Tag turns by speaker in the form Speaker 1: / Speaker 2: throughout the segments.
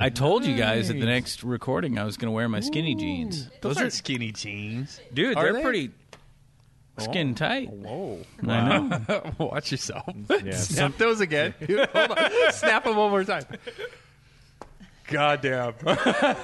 Speaker 1: I told you guys at the next recording I was going to wear my skinny jeans.
Speaker 2: Those, are skinny jeans.
Speaker 1: Dude,
Speaker 2: Are
Speaker 1: they're
Speaker 2: they? Oh.
Speaker 1: pretty skin tight.
Speaker 2: Whoa.
Speaker 1: I know.
Speaker 2: Watch yourself. Snap those again. Hold on. Snap them one more time. Goddamn.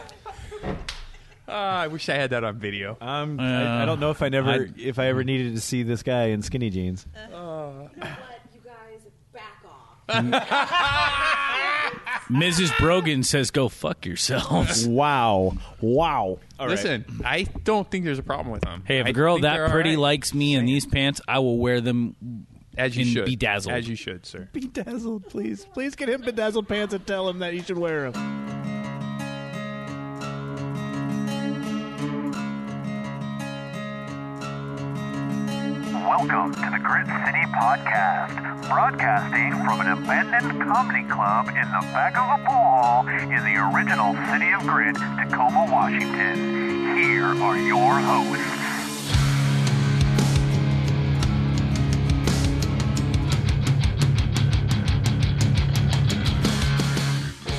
Speaker 2: Ah, I wish I had that on video.
Speaker 3: I'm, I, I don't know if I never,
Speaker 1: I-
Speaker 3: if I ever needed to see this guy in skinny jeans.
Speaker 4: But you guys back off.
Speaker 1: Mrs. Brogan says, go fuck yourselves.
Speaker 3: Wow, wow.
Speaker 2: All right. Listen, I don't think there's a problem with them.
Speaker 1: Hey, if
Speaker 2: I
Speaker 1: a girl
Speaker 2: think they're
Speaker 1: that
Speaker 2: all
Speaker 1: pretty
Speaker 2: right.
Speaker 1: likes me in these pants, I will wear them.
Speaker 2: as you
Speaker 1: and
Speaker 2: should,
Speaker 1: bedazzled.
Speaker 2: as you should, sir.
Speaker 3: Bedazzled, please, please get him bedazzled pants and tell him that he should wear them.
Speaker 5: Welcome to the Grit City Podcast, broadcasting from an abandoned comedy club in the back of a ball in the original city of Grit, Tacoma, Washington. Here are your hosts.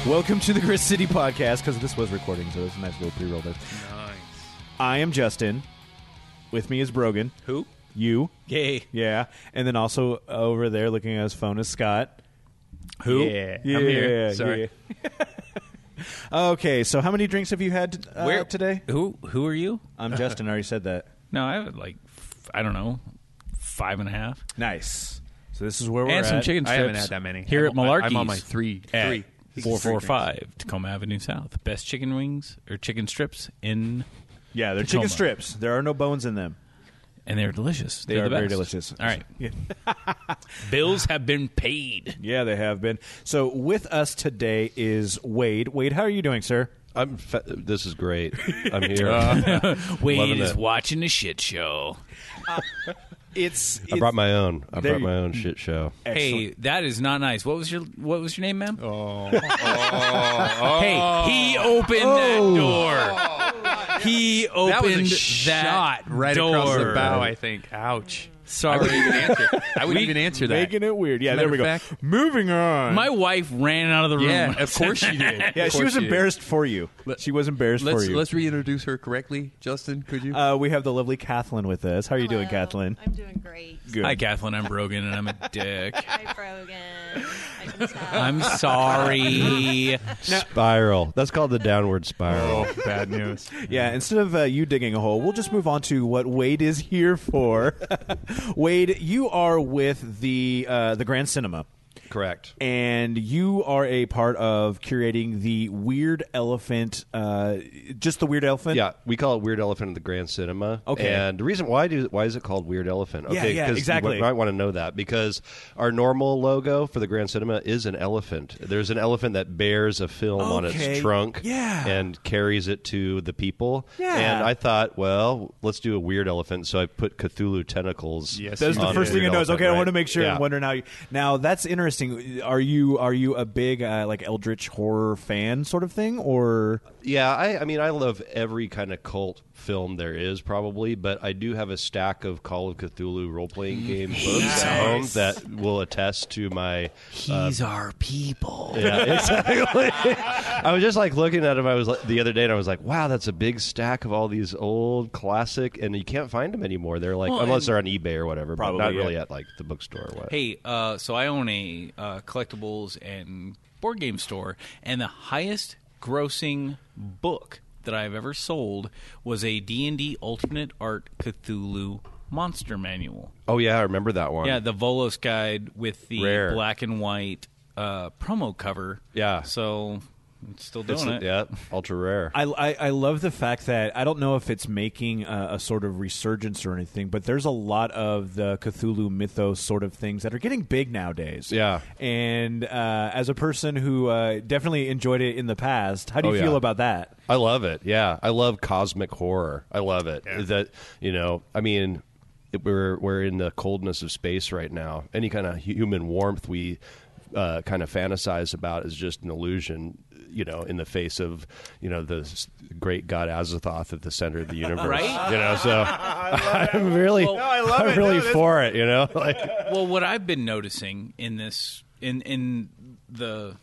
Speaker 3: Welcome to the Grit City podcast because this was recording, so it's a nice little pre-roll there.
Speaker 2: Nice.
Speaker 3: I am Justin. With me is Brogan.
Speaker 2: Who?
Speaker 3: You,
Speaker 1: Yay.
Speaker 3: yeah, and then also over there looking at his phone is Scott.
Speaker 1: Who?
Speaker 2: Yeah. I'm here. Sorry.
Speaker 3: okay, so how many drinks have you had uh,
Speaker 1: Where
Speaker 3: today?
Speaker 1: Who Who are you?
Speaker 3: I'm Justin. I already said that.
Speaker 1: No, I have like, f- I don't know, five and a half.
Speaker 3: Nice. So this is where we're
Speaker 1: and some
Speaker 3: at.
Speaker 1: chicken
Speaker 2: I
Speaker 1: strips.
Speaker 2: haven't had that many.
Speaker 1: Here
Speaker 2: I'm-
Speaker 1: at Malarkey's.
Speaker 2: I'm on my three-
Speaker 1: at
Speaker 2: three.
Speaker 1: 445 Tacoma Avenue South. Best chicken wings or chicken strips in,
Speaker 3: Yeah, they're
Speaker 1: Tacoma.
Speaker 3: chicken strips. There are no bones in them.
Speaker 1: and they're delicious.
Speaker 3: They
Speaker 1: They're
Speaker 3: are
Speaker 1: the
Speaker 3: very
Speaker 1: best.
Speaker 3: delicious.
Speaker 1: All right. Bills have been paid.
Speaker 3: Yeah, they have been. So with us today is Wade. Wade, how are you doing, sir?
Speaker 6: I'm. Fe- this is great. I'm here.
Speaker 3: Uh,
Speaker 1: Wade
Speaker 6: Loving
Speaker 1: is
Speaker 6: it.
Speaker 1: watching a shit show.
Speaker 3: It's,
Speaker 6: I brought my own. I
Speaker 3: There
Speaker 6: brought
Speaker 3: you-
Speaker 6: my own shit show.
Speaker 1: Hey, that is not nice. What was your What was your name, ma'am? Oh. hey, he opened that door. He opened
Speaker 2: That was a
Speaker 1: that
Speaker 2: shot right
Speaker 1: door.
Speaker 2: across the bow. I think. Ouch. I
Speaker 1: Sorry.
Speaker 2: wouldn't even answer. I wouldn't even answer that.
Speaker 3: making it weird. Yeah,
Speaker 2: Matter
Speaker 3: there we go.
Speaker 2: of fact-
Speaker 3: Moving on.
Speaker 1: My wife ran out of the room.
Speaker 2: Yeah, of course you did.
Speaker 3: yeah,
Speaker 2: Of
Speaker 3: she
Speaker 2: course
Speaker 3: was
Speaker 2: you did.
Speaker 3: embarrassed for you.
Speaker 2: Let-
Speaker 3: she was embarrassed
Speaker 2: Let's
Speaker 3: for you.
Speaker 2: let's reintroduce her correctly, Justin. Could you?
Speaker 3: uh, we have the lovely Kathleen with us. How are you doing, Kathleen?
Speaker 4: I'm doing great.
Speaker 3: Good.
Speaker 1: Hi, Kathleen. I'm Brogan, and I'm a dick.
Speaker 4: Hi, Brogan. I can tell.
Speaker 1: I'm sorry.
Speaker 2: Uh,
Speaker 6: Spiral. That's called the downward spiral.
Speaker 2: bad news.
Speaker 3: Yeah, instead of uh, you digging a hole, we'll just move on to what Wade is here for. Wade, you are with the uh, the Grand Cinema,
Speaker 6: Correct.
Speaker 3: and you are a part of curating the Weird Elephant, uh, just the Weird Elephant.
Speaker 6: Yeah, we call it Weird Elephant in the Grand Cinema.
Speaker 3: Okay.
Speaker 6: And the reason why do why is it called Weird Elephant?
Speaker 3: Yeah,
Speaker 6: Okay,
Speaker 3: yeah,
Speaker 6: 'cause
Speaker 3: exactly.
Speaker 6: You might want to know that because our normal logo for the Grand Cinema is an elephant. There's an elephant that bears a film on
Speaker 3: Okay.
Speaker 6: its trunk,
Speaker 3: Yeah.
Speaker 6: and carries it to the people.
Speaker 3: Yeah.
Speaker 6: And I thought, well, let's do a Weird Elephant. So I put Cthulhu tentacles.
Speaker 2: Yes,
Speaker 3: That's
Speaker 2: you
Speaker 3: the
Speaker 6: on
Speaker 3: first
Speaker 6: Weird
Speaker 3: thing I know. Is,
Speaker 6: Elephant,
Speaker 3: okay, I
Speaker 6: right?
Speaker 3: want to make sure.
Speaker 6: Yeah.
Speaker 3: I'm wondering how you. Now that's interesting. Are you are you a big uh, like Eldritch horror fan sort of thing, or
Speaker 6: Yeah, I, I mean, I love every kind of cult film there is, probably, but I do have a stack of Call of Cthulhu role playing game books at home that will attest to my.
Speaker 1: He's our people.
Speaker 6: Yeah, exactly. I was just like looking at them. I was like, the other day, and I was like, "Wow, that's a big stack of all these old classic, and you can't find them anymore. They're like,
Speaker 1: Well,
Speaker 6: unless
Speaker 1: and-
Speaker 6: they're on eBay or whatever,
Speaker 3: Probably,
Speaker 6: but not
Speaker 3: yeah.
Speaker 6: really at like the bookstore. Or what?
Speaker 1: Hey, uh, so I own a uh, collectibles and board game store, and the highest grossing book that I've ever sold was a D&D alternate art Cthulhu monster manual.
Speaker 6: Oh yeah, I remember that one.
Speaker 1: Yeah, the Volos guide with the
Speaker 6: Rare.
Speaker 1: black and white uh, promo cover.
Speaker 6: Yeah.
Speaker 1: So I'm still doing
Speaker 6: It's-
Speaker 1: it.
Speaker 6: yeah, ultra rare.
Speaker 3: I, I, I love the fact that I don't know if it's making a, a sort of resurgence or anything, but there's a lot of the Cthulhu mythos sort of things that are getting big nowadays.
Speaker 6: Yeah.
Speaker 3: And uh, as a person who uh, definitely enjoyed it in the past, how do you
Speaker 6: Oh, yeah.
Speaker 3: feel about that?
Speaker 6: I love it. Yeah, I love cosmic horror. I love it. That you know, I mean, it- we're we're in the coldness of space right now. Any kind of human warmth we uh, kind of fantasize about is just an illusion. You know, in the face of you know the s- great god Azathoth at the center of the universe.
Speaker 1: Right?
Speaker 6: You know, so I'm really, I am really for it. You know, like
Speaker 1: Well, what I've been noticing in this in in the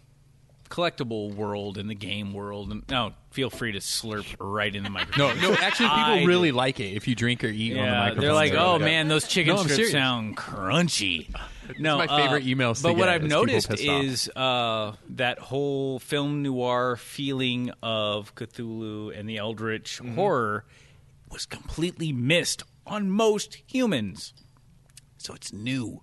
Speaker 1: collectible world and the game world. And now, feel free to slurp right in the
Speaker 2: No,
Speaker 1: microphone.
Speaker 2: no. Actually,
Speaker 1: I
Speaker 2: people really like it if you drink or eat on the
Speaker 1: Yeah,
Speaker 2: microphone.
Speaker 1: they're like,
Speaker 2: Yeah.
Speaker 1: oh man, those chicken
Speaker 2: No, I'm
Speaker 1: strips
Speaker 2: serious.
Speaker 1: sound crunchy. No,
Speaker 2: my
Speaker 1: uh,
Speaker 2: favorite emails to
Speaker 1: But what
Speaker 2: get
Speaker 1: I've
Speaker 2: is people
Speaker 1: noticed
Speaker 2: pissed off.
Speaker 1: is uh, that whole film noir feeling of Cthulhu and the Eldritch
Speaker 2: Mm-hmm.
Speaker 1: horror was completely missed on most humans. So it's new.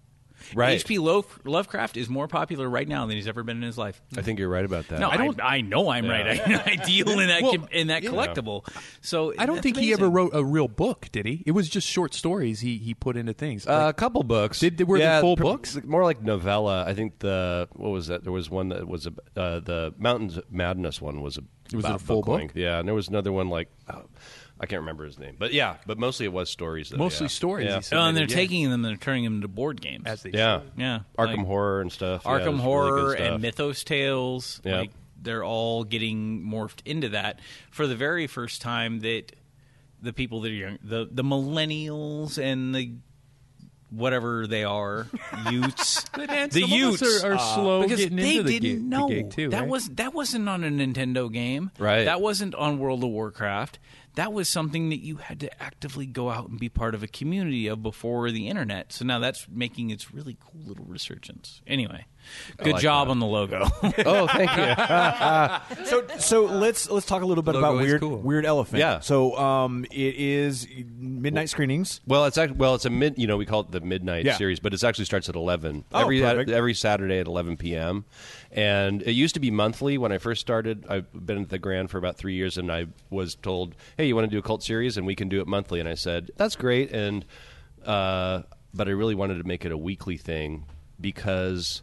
Speaker 6: Right.
Speaker 1: H.P. Lo- Lovecraft is more popular right now than he's ever been in his life.
Speaker 6: I think you're right about that.
Speaker 1: No, I don't. I, know I'm right. I, I deal in that
Speaker 2: Well,
Speaker 1: com- in that
Speaker 2: yeah.
Speaker 1: collectible. So
Speaker 2: I don't
Speaker 1: that's
Speaker 2: think he
Speaker 1: amazing.
Speaker 2: ever wrote a real book, did he? It was just short stories he he put into things.
Speaker 6: Uh, a couple books.
Speaker 2: Did- were they
Speaker 6: Yeah,
Speaker 2: full
Speaker 6: pr-
Speaker 2: books?
Speaker 6: More like novella. I think the what was that? There was one that was a, uh, the Mountains Madness one was a
Speaker 2: Was it
Speaker 6: about
Speaker 2: a full
Speaker 6: book length.
Speaker 2: book?
Speaker 6: Yeah, and there was another one like oh, I can't remember his name, but yeah, but mostly it was stories. Though,
Speaker 2: Mostly
Speaker 6: yeah.
Speaker 2: stories,
Speaker 6: Yeah.
Speaker 2: he said.
Speaker 1: Oh, and they're
Speaker 2: Yeah.
Speaker 1: taking them and they're turning them into board games.
Speaker 2: as they
Speaker 6: Yeah.
Speaker 1: yeah,
Speaker 6: Arkham
Speaker 1: like
Speaker 6: Horror and stuff. Yeah,
Speaker 1: Arkham
Speaker 6: it was really
Speaker 1: Horror
Speaker 6: good stuff.
Speaker 1: and Mythos Tales.
Speaker 6: Yeah.
Speaker 1: Like they're all getting morphed into that for the very first time that the people that are young, the the millennials and the whatever they are, Utes, the Utes
Speaker 2: are, slow
Speaker 1: because
Speaker 2: getting
Speaker 1: they
Speaker 2: into the
Speaker 1: didn't
Speaker 2: gig,
Speaker 1: know
Speaker 2: the gig too.
Speaker 1: that
Speaker 2: right?
Speaker 1: was that wasn't on a Nintendo game.
Speaker 6: Right.
Speaker 1: That wasn't on World of Warcraft. That was something that you had to actively go out and be part of a community of before the internet. So now that's making its really cool little resurgence. Anyway, good
Speaker 6: like
Speaker 1: job
Speaker 6: that.
Speaker 1: on the logo.
Speaker 6: Oh, thank you.
Speaker 3: So so let's let's talk a little bit
Speaker 2: Uh, Logo
Speaker 3: about
Speaker 2: is
Speaker 3: weird
Speaker 2: cool.
Speaker 3: weird elephant.
Speaker 6: Yeah.
Speaker 3: So um, it is midnight screenings.
Speaker 6: Well, it's actually well, it's a mid. You know, we call it the midnight
Speaker 3: Yeah.
Speaker 6: series, but it actually starts at eleven
Speaker 3: Oh,
Speaker 6: every
Speaker 3: perfect.
Speaker 6: every Saturday at eleven p.m. And it used to be monthly when I first started. I've been at the Grand for about three years, and I was told, "Hey, you want to do a cult series, and we can do it monthly." And I said, "That's great," and uh, but I really wanted to make it a weekly thing because.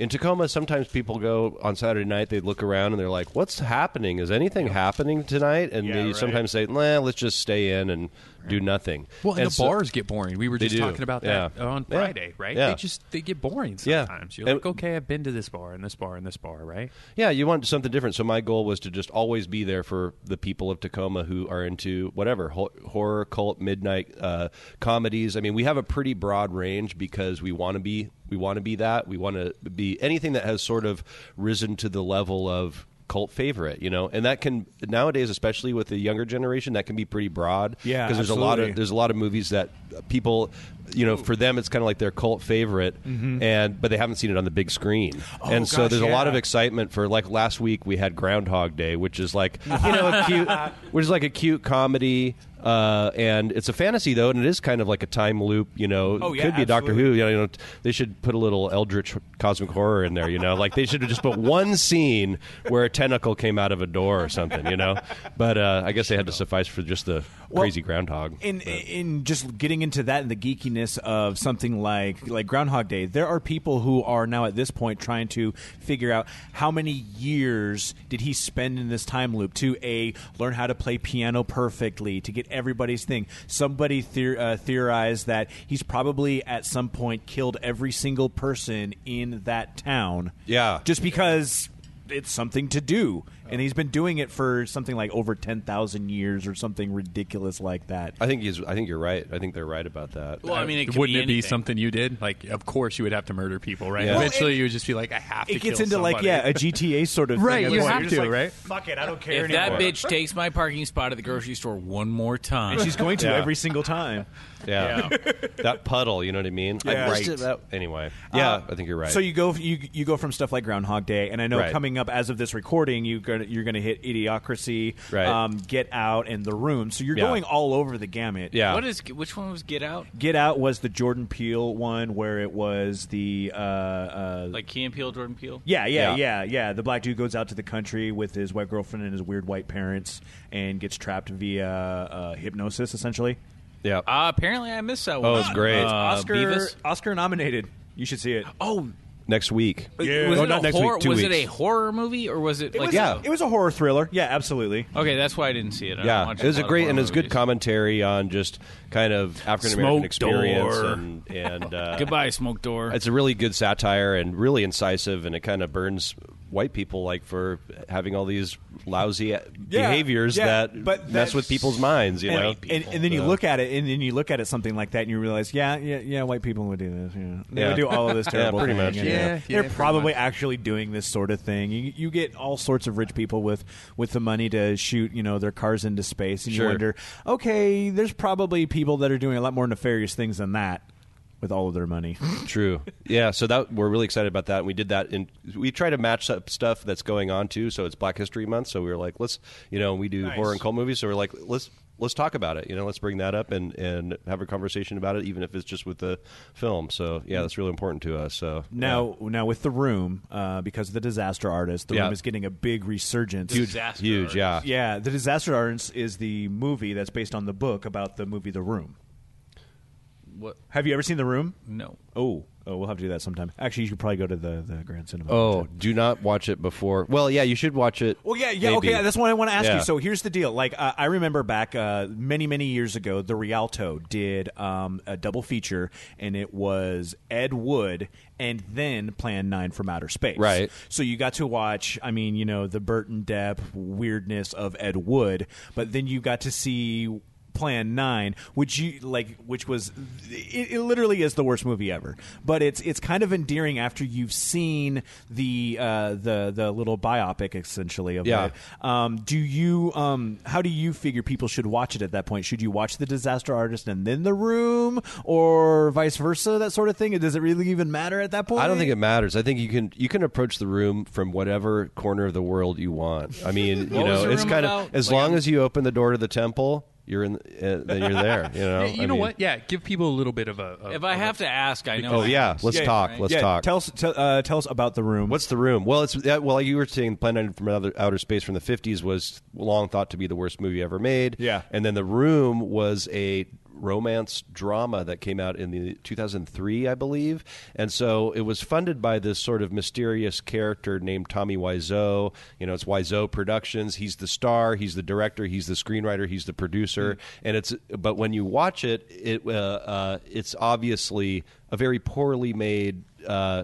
Speaker 6: In Tacoma, sometimes people go on Saturday night. They look around and they're like, "What's happening? Is anything happening tonight?" And they
Speaker 3: right.
Speaker 6: sometimes say, nah, "Let's just stay in and do nothing."
Speaker 2: Well, and, the
Speaker 6: so-
Speaker 2: bars get boring. We were
Speaker 6: They
Speaker 2: just
Speaker 6: do,
Speaker 2: talking about that
Speaker 6: yeah.
Speaker 2: on
Speaker 6: Yeah.
Speaker 2: Friday, right?
Speaker 6: Yeah.
Speaker 2: They just they get boring
Speaker 6: Yeah.
Speaker 2: sometimes. You're
Speaker 6: And-
Speaker 2: like, okay, I've been to this bar and this bar and this bar, right?
Speaker 6: Yeah, you want something different. So my goal was to just always be there for the people of Tacoma who are into whatever ho- horror, cult, midnight uh, comedies. I mean, we have a pretty broad range because we want to be we want to be that. We want to be anything that has sort of risen to the level of cult favorite, you know. And that can nowadays especially with the younger generation that can be pretty broad
Speaker 3: Yeah,
Speaker 6: because there's a lot
Speaker 3: absolutely.
Speaker 6: of there's a lot of movies that people you know, for them, it's kind of like their cult favorite, and but they haven't seen it on the big screen, and
Speaker 3: Mm-hmm.
Speaker 6: so
Speaker 3: Oh, gosh,
Speaker 6: there's a lot
Speaker 3: yeah.
Speaker 6: of excitement for like last week we had Groundhog Day, which is like you know a cute, which is like a cute comedy, uh, and it's a fantasy though, and it is kind of like a time loop. You know,
Speaker 3: Oh, yeah,
Speaker 6: could be Doctor Who.
Speaker 3: absolutely.
Speaker 6: You know, you know, they should put a little Eldritch cosmic horror in there. You know, like they should have just put one scene where a tentacle came out of a door or something. You know, but uh, I guess they had to suffice for just the
Speaker 3: Well,
Speaker 6: crazy groundhog.
Speaker 3: In
Speaker 6: But-
Speaker 3: in just getting into that and the geekiness of something like like Groundhog Day, there are people who are now at this point trying to figure out how many years did he spend in this time loop to a learn how to play piano perfectly to get everybody's thing. Somebody theor- uh, theorized that he's probably at some point killed every single person in that town.
Speaker 6: Yeah.
Speaker 3: just because. It's something to do, and he's been doing it for something like over ten thousand years or something ridiculous like that.
Speaker 6: I think he's, I think you're right. I think they're right about that.
Speaker 1: well, I mean, it could
Speaker 2: Wouldn't
Speaker 1: be
Speaker 2: it be
Speaker 1: anything.
Speaker 2: something you did? Like, of course you would have to murder people, right?
Speaker 6: Yeah. Well,
Speaker 2: Eventually, you would just be like, I have to.
Speaker 3: it gets
Speaker 2: kill
Speaker 3: into like
Speaker 2: somebody.
Speaker 3: yeah a GTA sort of
Speaker 2: Right,
Speaker 3: Thing at
Speaker 2: you
Speaker 3: point.
Speaker 2: have
Speaker 3: You're just
Speaker 2: to,
Speaker 3: like,
Speaker 2: right?
Speaker 3: Fuck it, I don't care
Speaker 1: If that bitch takes my parking spot at the grocery store one more time,
Speaker 3: she's going to
Speaker 6: Yeah.
Speaker 3: every single time.
Speaker 6: Yeah, that puddle. You know what I mean? I
Speaker 3: Yeah.
Speaker 6: missed it, that- anyway, yeah,
Speaker 3: Uh,
Speaker 6: I think you're right.
Speaker 3: So you go you you go from stuff like Groundhog Day, and I know
Speaker 6: Right.
Speaker 3: coming up as of this recording, you gonna, you're going to hit Idiocracy,
Speaker 6: Right.
Speaker 3: um, Get Out, and The Room. So you're
Speaker 6: Yeah.
Speaker 3: going all over the gamut.
Speaker 6: yeah,
Speaker 1: what is which one was Get Out?
Speaker 3: Get Out was the Jordan Peele one where it was the uh, uh,
Speaker 1: Like Key and Peele, Jordan Peele.
Speaker 3: Yeah, yeah,
Speaker 6: Yeah.
Speaker 3: yeah, yeah, The black dude goes out to the country with his white girlfriend and his weird white parents and gets trapped via uh, hypnosis, essentially.
Speaker 6: yeah.
Speaker 1: Uh, apparently, I missed that one.
Speaker 6: Oh, it's great.
Speaker 1: Uh,
Speaker 3: Oscar,
Speaker 1: Beavis?
Speaker 3: Oscar nominated. You should see it.
Speaker 1: Oh,
Speaker 6: Next week.
Speaker 3: Yeah.
Speaker 1: Uh, was,
Speaker 6: Oh,
Speaker 1: it,
Speaker 6: not
Speaker 1: a
Speaker 6: next
Speaker 1: horror,
Speaker 6: week, two
Speaker 1: was it a
Speaker 6: weeks.
Speaker 1: horror movie or was it,
Speaker 3: It
Speaker 1: like
Speaker 3: was,
Speaker 6: yeah.
Speaker 3: it was a horror thriller. Yeah, absolutely.
Speaker 1: Okay, that's why I didn't see it. I don't
Speaker 6: Yeah,
Speaker 1: watch
Speaker 6: it was a
Speaker 1: lot of
Speaker 6: great
Speaker 1: horror
Speaker 6: and it was good
Speaker 1: movies.
Speaker 6: commentary on just kind of African American
Speaker 1: Smoke
Speaker 6: experience
Speaker 1: door.
Speaker 6: and and uh,
Speaker 1: Goodbye, smoke door.
Speaker 6: It's a really good satire and really incisive, and it kind of burns white people like for having all these lousy behaviors
Speaker 3: yeah,
Speaker 6: that
Speaker 3: but
Speaker 6: mess
Speaker 3: that's-
Speaker 6: with people's minds. You know,
Speaker 3: and, and, and then you look at it, and then you look at it something like that, and you realize, yeah, yeah, yeah, white people would do this. Yeah. They
Speaker 6: Yeah.
Speaker 3: would do all of this
Speaker 6: Yeah,
Speaker 3: terrible
Speaker 6: pretty
Speaker 3: thing,
Speaker 6: much.
Speaker 3: and,
Speaker 2: Yeah, yeah,
Speaker 3: they're
Speaker 2: pretty
Speaker 3: probably
Speaker 2: much.
Speaker 3: actually doing this sort of thing. You, you get all sorts of rich people with with the money to shoot, you know, their cars into space, and
Speaker 6: Sure.
Speaker 3: you wonder, okay, there's probably people that are doing a lot more nefarious things than that with all of their money.
Speaker 6: True. Yeah. So that we're really excited about that, and we did that. And we try to match up stuff that's going on too. So it's Black History Month. So we were like, let's, you know, we do horror and cult movies. So we're like, let's let's talk about it. You know, let's bring that up and and have a conversation about it, even if it's just with the film. So yeah, that's really important to us. So
Speaker 3: Now, now with the room, uh, because of the disaster artist, the
Speaker 6: Yeah.
Speaker 3: room is getting a big resurgence.
Speaker 1: Disaster
Speaker 6: huge. Yeah.
Speaker 3: Yeah, The Disaster Artist is the movie that's based on the book about the movie The Room.
Speaker 1: What?
Speaker 3: Have you ever seen The Room?
Speaker 1: No.
Speaker 3: Oh, oh, we'll have to do that sometime. Actually, you should probably go to the, the Grand Cinema.
Speaker 6: Oh, do not watch it before. Well, yeah, you should watch it.
Speaker 3: Well, yeah, yeah,
Speaker 6: maybe.
Speaker 3: okay. That's what I want to ask
Speaker 6: Yeah.
Speaker 3: you. So here's the deal. Like, uh, I remember back uh, many, many years ago, the Rialto did um, a double feature, and it was Ed Wood and then Plan 9 from Outer Space.
Speaker 6: Right.
Speaker 3: So you got to watch, I mean, you know, the Burton Depp weirdness of Ed Wood, but then you got to see. Plan Nine, which you like, which was it, it literally is the worst movie ever. But it's it's kind of endearing after you've seen the uh, the the little biopic essentially of
Speaker 6: Yeah.
Speaker 3: it. Um, do you um, how do you figure people should watch it at that point? Should you watch The Disaster Artist and then The Room, or vice versa, that sort of thing? Does it really even matter at that point?
Speaker 6: I don't think it matters. I think you can you can approach the room from whatever corner of the world you want. I mean, you
Speaker 1: What was
Speaker 6: know,
Speaker 1: the
Speaker 6: it's
Speaker 1: room
Speaker 6: kind of
Speaker 1: about?
Speaker 6: as
Speaker 1: Like,
Speaker 6: long
Speaker 1: I'm-
Speaker 6: as you open the door to the temple, you're in. Uh, then you're there. You know.
Speaker 2: Yeah, you
Speaker 6: I
Speaker 2: know
Speaker 6: mean-
Speaker 2: what? Yeah, give people a little bit of a. a-
Speaker 1: If I
Speaker 2: of a-
Speaker 1: have to ask, I know.
Speaker 6: Oh
Speaker 1: I
Speaker 6: yeah,
Speaker 1: ask.
Speaker 6: let's talk. Let's
Speaker 3: yeah,
Speaker 6: talk.
Speaker 3: Tell us tell, uh, tell us about The Room.
Speaker 6: What's the room? Well, it's yeah, well, like you were saying, Planet from Outer, Outer Space from the '50s was long thought to be the worst movie ever made.
Speaker 3: Yeah.
Speaker 6: and then the room was a romance drama that came out in the 2003, I believe, and so it was funded by this sort of mysterious character named Tommy Wiseau. You know, it's Wiseau Productions. He's the star. He's the director. He's the screenwriter. He's the producer. And it's but when you watch it, it uh, uh, it's obviously a very poorly made. Uh,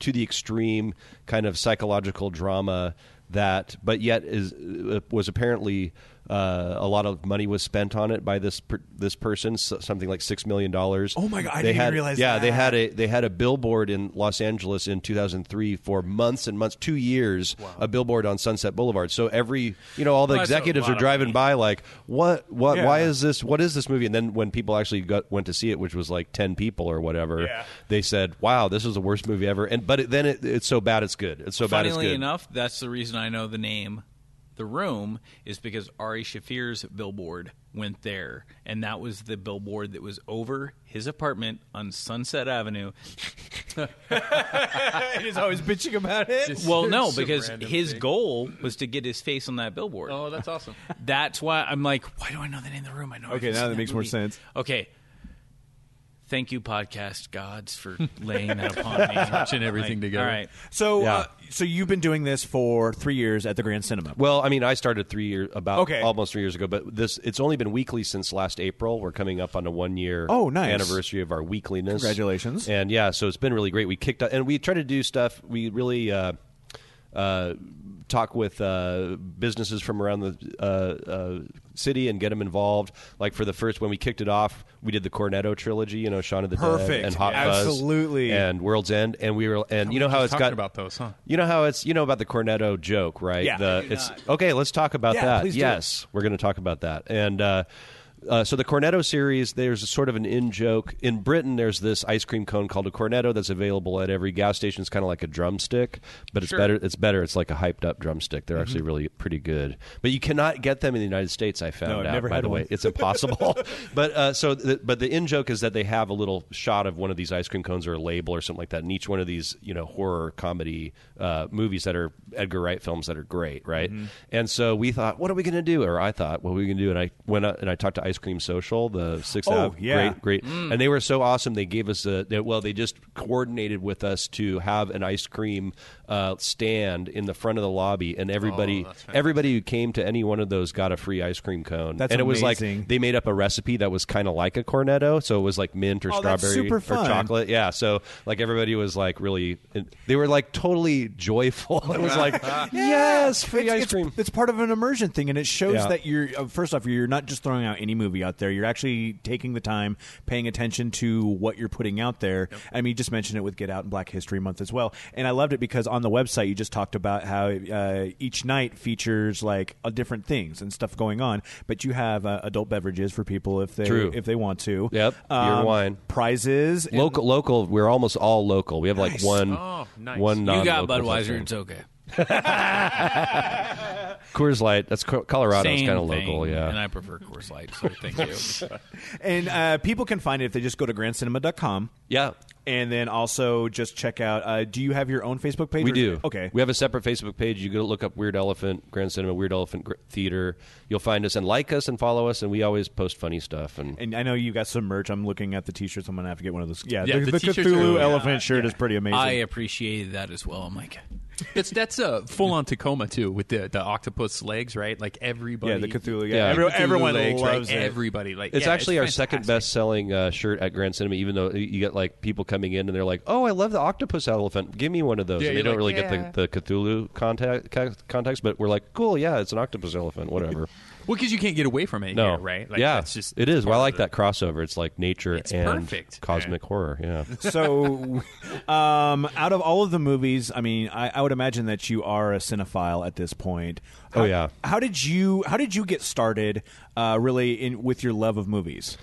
Speaker 6: to the extreme kind of psychological drama that, but yet is uh, was apparently uh, a lot of money was spent on it by this per, this person, so, something like six million dollars.
Speaker 3: Oh my God, I
Speaker 6: They
Speaker 3: didn't
Speaker 6: had,
Speaker 3: even realize
Speaker 6: Yeah, they
Speaker 3: that.
Speaker 6: had a they had a billboard in Los Angeles in 2003 for months and months, two years, a billboard on Sunset Boulevard. So every you know all the
Speaker 1: That's a
Speaker 6: executives
Speaker 1: lot
Speaker 6: are
Speaker 1: of
Speaker 6: driving
Speaker 1: money.
Speaker 6: by like what what
Speaker 3: Yeah.
Speaker 6: why is this what is this movie? And then when people actually got went to see it, which was like ten people or whatever, they said, "Wow, this is the worst movie ever." And but it, then it, it's so bad it's good. It's so bad it's
Speaker 1: Funnily
Speaker 6: good.
Speaker 1: enough, that's the reason I know the name The Room is because Ari Shafir's billboard went there, and that was the billboard that was over his apartment on Sunset Avenue.
Speaker 3: He's always bitching about it.
Speaker 1: Well, no,
Speaker 2: Some
Speaker 1: because
Speaker 2: random
Speaker 1: his
Speaker 2: thing.
Speaker 1: goal was to get his face on that billboard.
Speaker 2: Oh, that's awesome.
Speaker 1: That's why I'm like, why do I know the name of the room? I know. I've
Speaker 3: Okay, now
Speaker 1: seen
Speaker 3: that makes more
Speaker 1: movie.
Speaker 3: sense.
Speaker 1: Okay. Thank you, podcast gods, for laying that upon me. Touching
Speaker 2: everything together.
Speaker 1: All right.
Speaker 3: So,
Speaker 6: Yeah.
Speaker 3: uh, so you've been doing this for three years at the Grand Cinema.
Speaker 6: Well, I mean, I started three years about
Speaker 3: Okay.
Speaker 6: almost three years ago, but this it's only been weekly since last April. We're coming up on a one year
Speaker 3: Oh, nice.
Speaker 6: anniversary of our weekliness.
Speaker 3: Congratulations.
Speaker 6: And yeah, so it's been really great. We kicked out and we try to do stuff. We really. Uh, uh, talk with uh, businesses from around the uh, uh, city and get them involved. Like for the first, when we kicked it off, we did the Cornetto trilogy, you know, Shaun of the Dead
Speaker 3: Perfect.
Speaker 6: and Hot Fuzz,
Speaker 3: Absolutely.
Speaker 6: and World's End, and we were and you know
Speaker 2: were
Speaker 6: how
Speaker 2: just
Speaker 6: it's
Speaker 2: talking
Speaker 6: got
Speaker 2: about those, huh?
Speaker 6: You know how it's you know about the Cornetto joke, right?
Speaker 3: Yeah.
Speaker 6: The-
Speaker 3: I do
Speaker 6: it's okay. Let's talk about
Speaker 3: Yeah,
Speaker 6: that.
Speaker 3: please do.
Speaker 6: Yes, we're going to talk about that. And uh, uh, so the Cornetto series, there's a sort of an in joke in Britain. There's this ice cream cone called a Cornetto that's available at every gas station. It's kind of like a drumstick, but it's better. It's better. It's like a hyped up drumstick.
Speaker 3: Mm-hmm.
Speaker 6: They're actually really pretty good. But you cannot get them in the United States. I found
Speaker 3: No, I've
Speaker 6: out.
Speaker 3: never
Speaker 6: by
Speaker 3: had
Speaker 6: the way,
Speaker 3: one.
Speaker 6: it's impossible. but uh, so, the, but the in joke is that they have a little shot of one of these ice cream cones or a label or something like that in each one of these, you know, horror comedy uh, movies that are Edgar Wright films that are great, right? And so we thought, what are we going to do? Or I thought, what are we going to do? And I went out and I talked to ice ice cream social, the sixth
Speaker 3: Oh,
Speaker 6: Ave,
Speaker 3: yeah.
Speaker 6: great, great, and they were so awesome. They gave us a they, well, they just coordinated with us to have an ice cream uh, stand in the front of the lobby, and everybody,
Speaker 2: that's fantastic.
Speaker 6: everybody who came to any one of those got a free ice cream cone.
Speaker 3: That's
Speaker 6: and it was
Speaker 3: amazing.
Speaker 6: like they made up a recipe that was kind of like a cornetto, so it was like mint or
Speaker 3: Oh, that's
Speaker 6: strawberry
Speaker 3: super
Speaker 6: or
Speaker 3: fun.
Speaker 6: chocolate. Yeah, so like everybody was like really, they were like totally joyful. It was like yes, free
Speaker 3: it's,
Speaker 6: ice
Speaker 3: it's-
Speaker 6: cream.
Speaker 3: It's part of an immersion thing, and it shows
Speaker 6: Yeah.
Speaker 3: that you're uh, first off, you're not just throwing out any movie out there. You're actually taking the time, paying attention to what you're putting out there. I mean, you just mentioned it with Get Out and Black History Month as well, and I loved it because on the website you just talked about how uh, each night features like uh, different things and stuff going on, but you have uh, adult beverages for people if they
Speaker 6: True.
Speaker 3: if they want to. Um,
Speaker 6: Yep. Beer, wine.
Speaker 3: prizes.
Speaker 6: Local, local. We're almost all local. We have
Speaker 3: Nice.
Speaker 6: like one,
Speaker 2: Oh, nice.
Speaker 6: one.
Speaker 1: You got
Speaker 6: non-local
Speaker 1: Budweiser.
Speaker 6: section.
Speaker 1: It's okay.
Speaker 6: Coors Light. That's Co- Colorado. It's
Speaker 1: Same
Speaker 6: kind of
Speaker 1: thing,
Speaker 6: local. Yeah.
Speaker 1: and I prefer Coors Light, so thank you.
Speaker 3: And uh, people can find it if they just go to grandcinema.com.
Speaker 6: yeah.
Speaker 3: And then also just check out. Uh, do you have your own Facebook page?
Speaker 6: We
Speaker 3: or-
Speaker 6: do.
Speaker 3: Okay.
Speaker 6: We have a separate Facebook page. You go look up Weird Elephant Grand Cinema, Weird Elephant Gr- Theater. You'll find us and like us and follow us. And we always post funny stuff. And,
Speaker 3: and I know you got some merch. I'm looking at the T-shirts. I'm gonna have to get one of those. Yeah,
Speaker 2: Yeah,
Speaker 3: the,
Speaker 2: the
Speaker 3: the
Speaker 2: t-shirts
Speaker 3: Cthulhu
Speaker 2: are-
Speaker 3: elephant shirt is pretty amazing.
Speaker 1: I appreciated that as well. I'm like,
Speaker 2: It's that's a full on Tacoma too with the, the octopus legs, right? Like everybody.
Speaker 3: yeah, the Cthulhu. Yeah,
Speaker 6: Yeah.
Speaker 3: every-
Speaker 2: Cthulhu
Speaker 3: everyone
Speaker 2: legs,
Speaker 3: loves
Speaker 2: right?
Speaker 3: it.
Speaker 2: Everybody like
Speaker 6: it's
Speaker 2: yeah,
Speaker 6: actually our second
Speaker 2: fantastic.
Speaker 6: best selling uh, shirt at Grand Cinema, even though you get like people coming in and they're like, "Oh, I love the octopus elephant. Give me one of those."
Speaker 2: Yeah,
Speaker 6: and they
Speaker 2: you're
Speaker 6: don't
Speaker 2: like,
Speaker 6: really get the, the Cthulhu contact, ca- context, but we're like, "Cool, yeah, it's an octopus elephant, whatever."
Speaker 2: Well, because you can't get away from it.
Speaker 6: No,
Speaker 2: here, right? Like,
Speaker 6: yeah,
Speaker 2: that's just
Speaker 6: it is. Well, I
Speaker 2: part
Speaker 6: like
Speaker 2: of
Speaker 6: that crossover. It's like nature
Speaker 2: It's
Speaker 6: and
Speaker 2: perfect.
Speaker 6: cosmic horror. Yeah,
Speaker 3: so, um, out of all of the movies, I mean, I, I would imagine that you are a cinephile at this point. How-
Speaker 6: Oh, yeah.
Speaker 3: How did you How did you get started? Uh, really, in with your love of movies.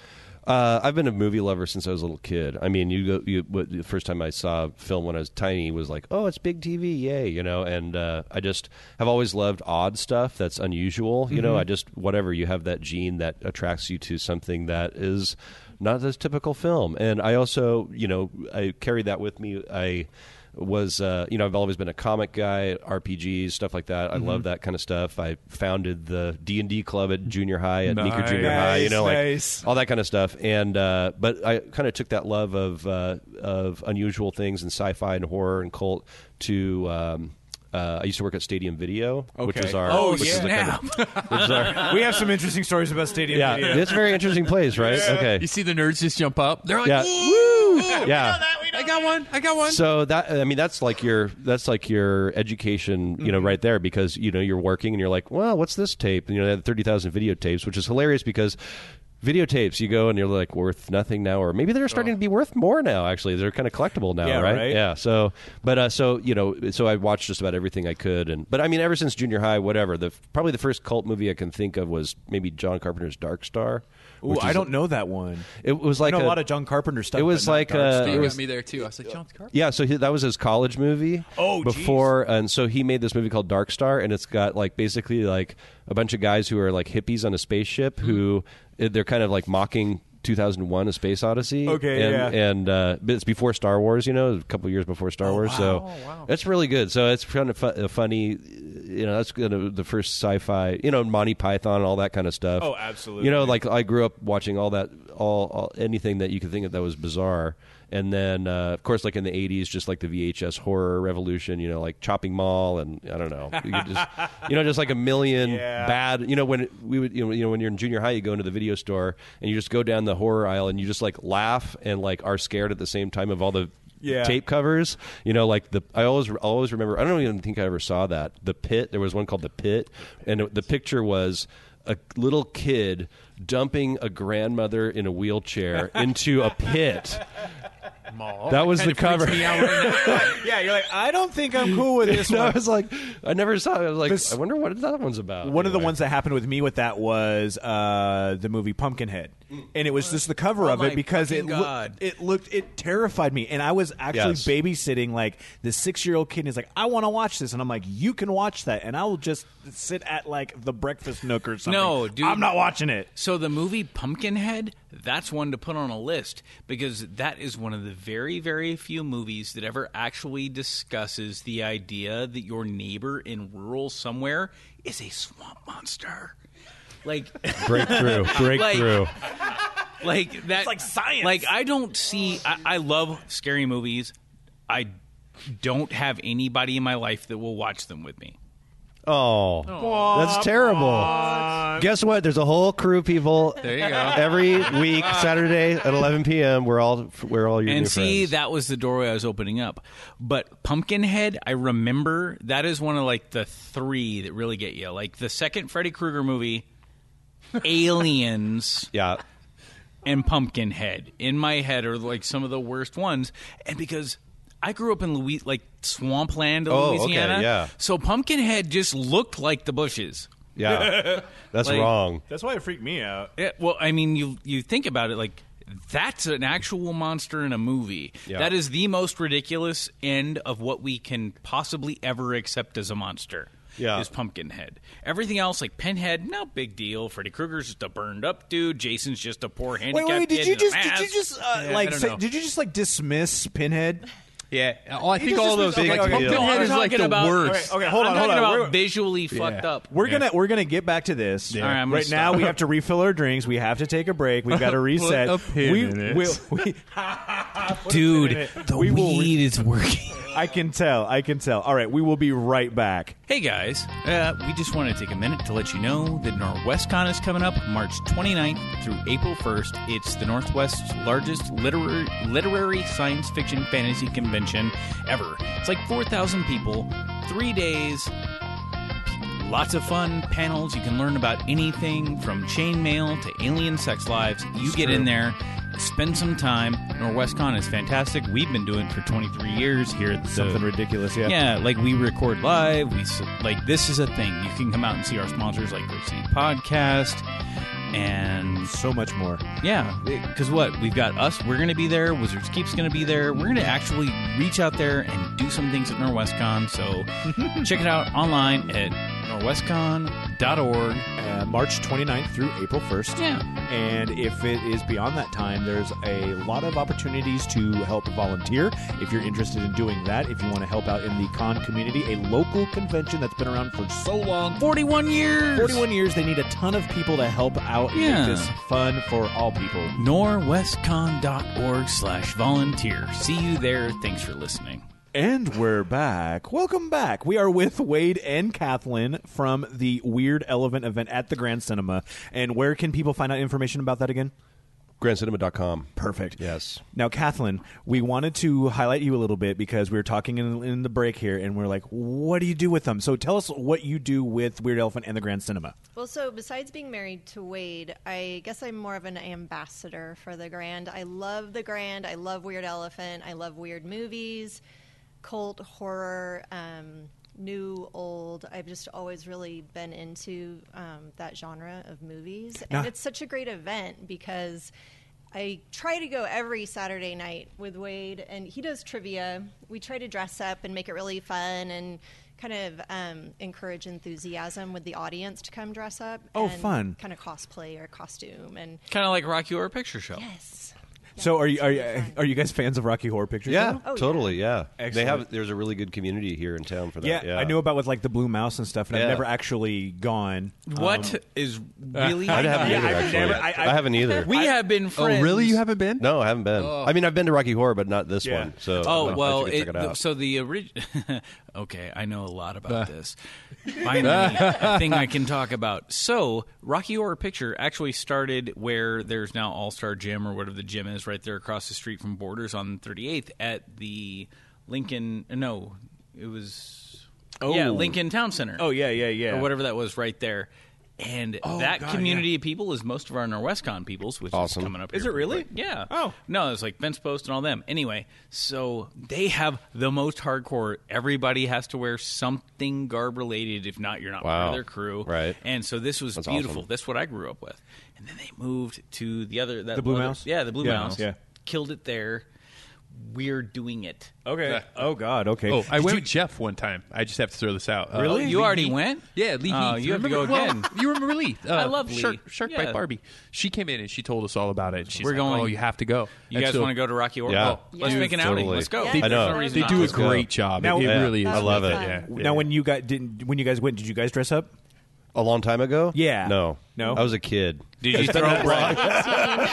Speaker 6: uh, I've been a movie lover since I was a little kid. I mean, you go. You, what, the first time I saw a film when I was tiny was like, "Oh, it's big TV, yay!" You know, and uh, I just have always loved odd stuff that's unusual. You
Speaker 3: Mm-hmm.
Speaker 6: know, I just whatever you have that gene that attracts you to something that is not this typical film. And I also, you know, I carry that with me. I was uh, you know I've always been a comic guy, RPGs, stuff like that. I
Speaker 3: Mm-hmm.
Speaker 6: love that kind of stuff. I founded the D and D club at junior high at Meeker Junior
Speaker 3: Nice.
Speaker 6: High. You know, like
Speaker 3: Nice.
Speaker 6: all that kind of stuff. And uh, but I kind of took that love of uh, of unusual things and sci-fi and horror and cult to. Um, uh, I used to work at Stadium Video, which
Speaker 3: Okay.
Speaker 6: is our
Speaker 1: oh
Speaker 6: which is the kind
Speaker 1: snap!
Speaker 6: of- which is our-
Speaker 3: we have some interesting stories about Stadium.
Speaker 6: yeah, it's a very interesting place, right?
Speaker 2: it. You
Speaker 6: Okay,
Speaker 2: see the nerds just jump up. They're like,
Speaker 6: yeah, yeah.
Speaker 2: I got one. I got one.
Speaker 6: So that I mean that's like your that's like your education, you know,
Speaker 3: Mm-hmm.
Speaker 6: right there because you know you're working and you're like, well, what's this tape? And you know, they had thirty thousand videotapes, which is hilarious because videotapes you go and you're like worth nothing now, or maybe they're starting to be worth more now. Actually, they're kind of collectible now,
Speaker 3: Oh. Yeah,
Speaker 6: right?
Speaker 3: right.
Speaker 6: Yeah. So, but uh, so you know, so I watched just about everything I could, and but I mean, ever since junior high, whatever. The probably the first cult movie I can think of was maybe John Carpenter's Dark Star.
Speaker 3: Ooh,
Speaker 6: which
Speaker 3: I
Speaker 6: is-
Speaker 3: don't know that one.
Speaker 6: It was like
Speaker 3: I know a, lot of John Carpenter stuff.
Speaker 6: It was
Speaker 3: but not
Speaker 6: like,
Speaker 3: Dark
Speaker 6: uh,
Speaker 3: Star.
Speaker 6: it
Speaker 2: you
Speaker 6: was-
Speaker 2: got me there too. I was like, John Carpenter.
Speaker 6: Yeah, so he, that was his college movie.
Speaker 3: Oh, geez.
Speaker 6: before and so he made this movie called Dark Star, and it's got like basically like a bunch of guys who are like hippies on a
Speaker 3: Hmm.
Speaker 6: spaceship who eh, they're kind of like mocking. 2001 A Space Odyssey.
Speaker 3: Okay,
Speaker 6: and,
Speaker 3: yeah. Oh,
Speaker 6: And uh, but it's before Star Wars, you know, a couple years before Star Wars. So it's really good. So it's kind of fu- uh, funny. You know, that's kind of the first sci fi, you know, Monty Python and all that kind of stuff.
Speaker 3: Oh, absolutely.
Speaker 6: You know, like I grew up watching all that, all, all anything that you could think of that was bizarre. And then, uh, of course, like in the '80s, just like the VHS horror revolution, you know, like Chopping Mall, and I don't know, you, could just, you know, just like a million
Speaker 3: Yeah.
Speaker 6: bad, you know, when it- we would, you know, you know, when you're in junior high, you go into the video store and you just go down the horror aisle and you just like laugh and like are scared at the same time of all the
Speaker 3: Yeah.
Speaker 6: tape covers. You know, like the I always always remember. I don't even think I ever saw that. The pit. There was one called the pit, and it- the picture was a little kid dumping a grandmother in a wheelchair into a pit. That was the cover.
Speaker 3: yeah, you're like, I don't think I'm cool with this
Speaker 6: No, I
Speaker 3: one.
Speaker 6: was like, I never saw. It. I was like,
Speaker 3: This-
Speaker 6: I wonder what that one's about.
Speaker 3: One of the
Speaker 6: Anyway.
Speaker 3: ones that happened with me with that was uh, the movie Pumpkinhead, and it was just the cover of
Speaker 1: Oh
Speaker 3: it
Speaker 1: my
Speaker 3: because it
Speaker 1: fucking
Speaker 3: loo-
Speaker 1: God.
Speaker 3: it looked it terrified me, and I was actually
Speaker 6: Yes.
Speaker 3: babysitting like the six year old kid. And he's like, I want to watch this, and I'm like, you can watch that, and I will just sit at like the breakfast nook or something.
Speaker 1: No, dude.
Speaker 3: I'm not watching it.
Speaker 1: So the movie Pumpkinhead, that's one to put on a list because that is one of the very, very few movies that ever actually discusses the idea that your neighbor in rural somewhere is a swamp monster. Like,
Speaker 6: Breakthrough. Breakthrough.
Speaker 1: like that. It's
Speaker 3: like science.
Speaker 1: Like I don't see. I, I love scary movies. I don't have anybody in my life that will watch them with me.
Speaker 6: Oh, that's terrible. Guess what? There's a whole crew of people.
Speaker 2: There you go.
Speaker 6: Every week, Saturday at 11 p.m., we're all we're all your
Speaker 1: and
Speaker 6: new
Speaker 1: see
Speaker 6: friends.
Speaker 1: that was the doorway i was opening up but pumpkinhead i remember that is one of like the three that really get you like the second freddy krueger movie aliens
Speaker 6: yeah,
Speaker 1: and pumpkinhead in my head are like some of the worst ones and because I grew up in Louis, like swampland,
Speaker 6: Oh, okay,
Speaker 1: Louisiana.
Speaker 6: yeah.
Speaker 1: So Pumpkinhead just looked like the bushes.
Speaker 6: yeah, that's
Speaker 1: Like- Oh,
Speaker 6: wrong.
Speaker 3: That's why it freaked me out.
Speaker 1: Yeah, well, I mean, you you think about it, like that's an actual monster in a movie.
Speaker 6: Yeah.
Speaker 1: That is the most ridiculous end of what we can possibly ever accept as a monster.
Speaker 6: Yeah.
Speaker 1: is Pumpkinhead. Everything else, like Pinhead, no big deal. Freddy Krueger's just a burned up dude. Jason's just a poor
Speaker 3: Wait,
Speaker 1: handicapped
Speaker 3: wait,
Speaker 1: kid
Speaker 3: did
Speaker 1: in
Speaker 3: you
Speaker 1: a
Speaker 3: just did you
Speaker 1: mask.
Speaker 3: just uh,
Speaker 1: Yeah, I
Speaker 3: like
Speaker 1: don't
Speaker 3: say,
Speaker 1: know.
Speaker 3: did you just like dismiss Pinhead?
Speaker 2: Yeah. Oh, I think
Speaker 3: just
Speaker 2: all those
Speaker 3: dismissed-
Speaker 2: like
Speaker 6: okay, okay.
Speaker 1: No,
Speaker 2: Pumpkinhead
Speaker 1: I'm
Speaker 2: is like
Speaker 1: talking
Speaker 2: the
Speaker 1: about-
Speaker 2: worst.
Speaker 3: Okay, hold
Speaker 1: I'm
Speaker 3: on, hold
Speaker 1: talking
Speaker 3: on.
Speaker 1: about
Speaker 3: We're-
Speaker 1: visually fucked up.
Speaker 3: We're gonna we're gonna get back to this.
Speaker 1: All right, I'm gonna
Speaker 3: right now
Speaker 1: stop.
Speaker 3: we have to refill our drinks. We have to take a break. We've got to reset.
Speaker 2: a pin
Speaker 3: we,
Speaker 2: in it.
Speaker 3: will- we-
Speaker 1: dude, the
Speaker 3: We will
Speaker 1: weed is working.
Speaker 3: I can tell. I can tell. All right, we will be right back.
Speaker 1: Hey guys, uh, we just want to take a minute to let you know that NorwestCon is coming up March 29th through April 1st. It's the Northwest's largest literary, literary science fiction fantasy convention ever. It's like 4,000 people, three days, lots of fun panels. You can learn about anything from chainmail to alien sex lives. You get in there, spend some time. NorwestCon is fantastic. We've been doing it for 23 years here at the
Speaker 3: Something ridiculous. Yeah.
Speaker 1: yeah, like we record live. We s- like this is a thing. You can come out and see our sponsors like Great City Podcast, and
Speaker 3: So much more.
Speaker 1: yeah, because what we've got us. We're gonna be there. Wizards Keep's gonna be there. We're gonna actually reach out there and do some things at NorwestCon. So check it out online at norwestcon.org.
Speaker 3: Uh, March 29th through April 1st.
Speaker 1: Yeah,
Speaker 3: And if it is beyond that time, there's a lot of opportunities to help volunteer. If you're interested in doing that, if you want to help out in the con community, a local convention that's been around for so long.
Speaker 1: forty-one years.
Speaker 3: 41 years, they need a ton of people to help out and
Speaker 1: Yeah.
Speaker 3: make this fun for all people.
Speaker 1: Norwestcon.org slash volunteer. See you there. Thanks for listening.
Speaker 3: And we're back. Welcome back. We are with Wade and Kathleen from the Weird Elephant event at the Grand Cinema. And where can people find out information about that again?
Speaker 6: GrandCinema.com.
Speaker 3: Perfect.
Speaker 6: Yes.
Speaker 3: Now, Kathleen, we wanted to highlight you a little bit because we were talking in, in the break here, and we're like, "What do you do with them?" So, tell us what you do with Weird Elephant and the Grand Cinema.
Speaker 4: Well, so besides being married to Wade, I guess I'm more of an ambassador for the Grand. I love the Grand. I love Weird Elephant. I love weird movies, cult horror, um, new, old. I've just always really been into um, that genre of movies, and
Speaker 3: Now-
Speaker 4: it's such a great event because. I try to go every Saturday night with Wade, and he does trivia. We try to dress up and make it really fun and kind of um, encourage enthusiasm with the audience to come dress up.
Speaker 3: Oh,
Speaker 4: and
Speaker 3: fun.
Speaker 4: Kind of cosplay or costume, and
Speaker 1: Kind of like Rocky Horror Picture Show.
Speaker 4: yes.
Speaker 3: so, are you are you,
Speaker 4: it's really fun.
Speaker 3: are you guys fans of Rocky Horror Picture
Speaker 6: Yeah,
Speaker 3: Show?
Speaker 4: Oh, yeah.
Speaker 6: totally. Yeah, they
Speaker 3: Excellent.
Speaker 6: have. There's a really good community here in town for that.
Speaker 3: Yeah,
Speaker 6: Yeah,
Speaker 3: I knew about with like the Blue Mouse and stuff, and
Speaker 6: Yeah.
Speaker 3: I've never actually gone.
Speaker 1: What is really?
Speaker 6: I haven't
Speaker 3: Yeah,
Speaker 6: either.
Speaker 3: I've
Speaker 6: actually,
Speaker 3: never- I- I-
Speaker 6: I haven't either.
Speaker 1: we have been
Speaker 2: Oh,
Speaker 1: friends.
Speaker 2: really? You haven't been?
Speaker 6: No, I haven't been. I mean, I've been to Rocky Horror, but not this
Speaker 3: Yeah.
Speaker 6: one. So,
Speaker 1: Oh well,
Speaker 6: I should go check it,
Speaker 1: it-
Speaker 6: out.
Speaker 1: so the original. okay, I know a lot about this. Finally, a thing I can talk about. So Rocky Horror Picture actually started where there's now All Star Gym or whatever the gym is right there across the street from Borders on 38th at the Lincoln. No, it was. Oh. Yeah, Lincoln Town Center.
Speaker 3: Oh yeah, yeah, yeah.
Speaker 1: or whatever that was right there. And
Speaker 6: Oh,
Speaker 1: that community of people is most of our Norwestcon peoples, which
Speaker 6: Awesome.
Speaker 1: is coming up.
Speaker 3: Is
Speaker 1: here
Speaker 3: it really?
Speaker 1: pretty quick. Yeah.
Speaker 3: Oh.
Speaker 1: no, it's like fence post and all them. Anyway, so they have the most hardcore. Everybody has to wear something garb related. If not, you're not part
Speaker 6: Wow.
Speaker 1: of their crew.
Speaker 6: Right.
Speaker 1: And so this was
Speaker 6: That's
Speaker 1: beautiful.
Speaker 6: awesome.
Speaker 1: That's what I grew up with. And then they moved to the other that
Speaker 3: The Blue
Speaker 1: other-
Speaker 3: Mouse?
Speaker 1: Yeah, the Blue
Speaker 3: Yeah,
Speaker 1: Mouse.
Speaker 3: yeah.
Speaker 1: Killed it there. We're doing it.
Speaker 3: Okay. Oh God. Okay.
Speaker 2: Oh, I went
Speaker 3: Did you-
Speaker 2: with Jeff one time. I just have to throw this out. Uh,
Speaker 1: Really? You
Speaker 2: Lee
Speaker 1: already
Speaker 2: Heath.
Speaker 1: went?
Speaker 2: Yeah, Lee
Speaker 1: Oh,
Speaker 2: Heath.
Speaker 1: you have to
Speaker 2: Remember-
Speaker 1: go
Speaker 2: well,
Speaker 1: again.
Speaker 2: you remember Lee? Uh,
Speaker 1: I love Lee.
Speaker 2: Shark Shark
Speaker 1: Yeah.
Speaker 2: by Barbie. She came in and she told us all about it. She's
Speaker 1: We're
Speaker 2: like,
Speaker 1: going-
Speaker 2: Oh, you have to go.
Speaker 1: You guys want to go to Rocky Horror?
Speaker 6: Yeah.
Speaker 1: Oh, let's
Speaker 4: Yeah.
Speaker 1: make an outing.
Speaker 6: Totally.
Speaker 1: Let's go.
Speaker 4: Yeah.
Speaker 6: I
Speaker 4: There's no
Speaker 6: know.
Speaker 1: reason
Speaker 2: They
Speaker 1: not
Speaker 2: do
Speaker 1: to.
Speaker 2: a
Speaker 6: Let's go.
Speaker 2: great job.
Speaker 3: Now-
Speaker 2: it
Speaker 3: Yeah.
Speaker 2: really is.
Speaker 6: I
Speaker 4: That's
Speaker 6: love
Speaker 4: my
Speaker 6: it.
Speaker 4: plan.
Speaker 6: Yeah.
Speaker 3: Now, when you got didn't when you guys went, did you guys dress up?
Speaker 6: A long time ago?
Speaker 3: Yeah.
Speaker 6: No.
Speaker 3: No?
Speaker 6: I was a kid.
Speaker 1: Did you throw bread?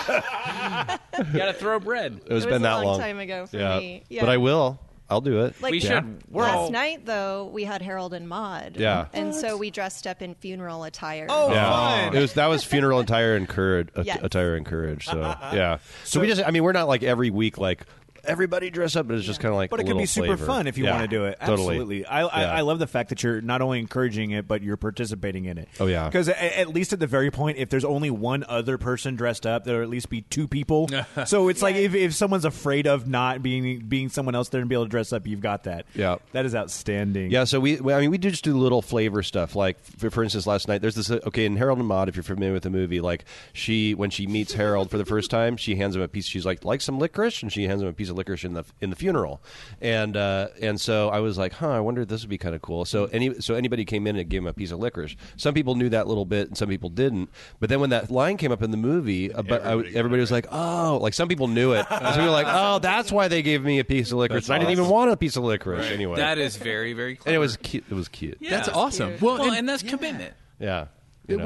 Speaker 1: gotta throw bread.
Speaker 6: It has
Speaker 4: It was
Speaker 6: been
Speaker 4: a
Speaker 6: that
Speaker 4: long
Speaker 6: long
Speaker 4: time ago for
Speaker 6: yeah.
Speaker 4: me. Yeah.
Speaker 6: But I will. I'll do it.
Speaker 4: Like
Speaker 1: We
Speaker 4: yeah.
Speaker 1: should. We're
Speaker 4: last
Speaker 1: all.
Speaker 4: night though, we had Harold and Maude.
Speaker 6: Yeah.
Speaker 4: And so we dressed up in funeral attire.
Speaker 3: Oh,
Speaker 6: Yeah.
Speaker 3: fun.
Speaker 6: It was that was funeral attire and courage
Speaker 4: Yes.
Speaker 6: attire and courage. So yeah. So, we just I mean we're not like every week like everybody dress up, but it's just kind of like
Speaker 3: But
Speaker 6: a
Speaker 3: it could be
Speaker 6: little
Speaker 3: super
Speaker 6: flavor.
Speaker 3: fun if you
Speaker 6: Yeah.
Speaker 3: want to do it.
Speaker 6: Totally.
Speaker 3: Absolutely. I, I,
Speaker 6: Yeah.
Speaker 3: I love the fact that you're not only encouraging it, but you're participating in it.
Speaker 6: Oh, yeah.
Speaker 3: Because at least at the very point, if there's only one other person dressed up, there'll at least be two people. so it's like if, if someone's afraid of not being being someone else there and be able to dress up, you've got that.
Speaker 6: Yeah.
Speaker 3: That is outstanding.
Speaker 6: Yeah, so we, we- I mean, we do just do little flavor stuff. Like, for, for instance, last night, there's this, uh, okay, in Harold and Maude, if you're familiar with the movie, like, she, when she meets Harold for the first time, she hands him a piece, she's like, like some licorice? And she hands him a piece of licorice in the, in the funeral. And, uh, and so I was like, huh, I wonder if this would be kind of cool. So any, so anybody came in and gave him a piece of licorice. Some people knew that little bit and some people didn't. But then when that line came up in the movie, about, everybody, I, everybody was like, oh, like some people knew it. And some people were like, oh, that's why they gave me a piece of licorice. And I didn't even want a piece of licorice anyway.
Speaker 1: That is very, very clever.
Speaker 6: And it was cute. It was cute. Yeah.
Speaker 2: That's awesome.
Speaker 4: cute.
Speaker 2: Well,
Speaker 1: Well,
Speaker 2: and,
Speaker 1: and that's commitment.
Speaker 6: You
Speaker 2: Yeah,
Speaker 6: know.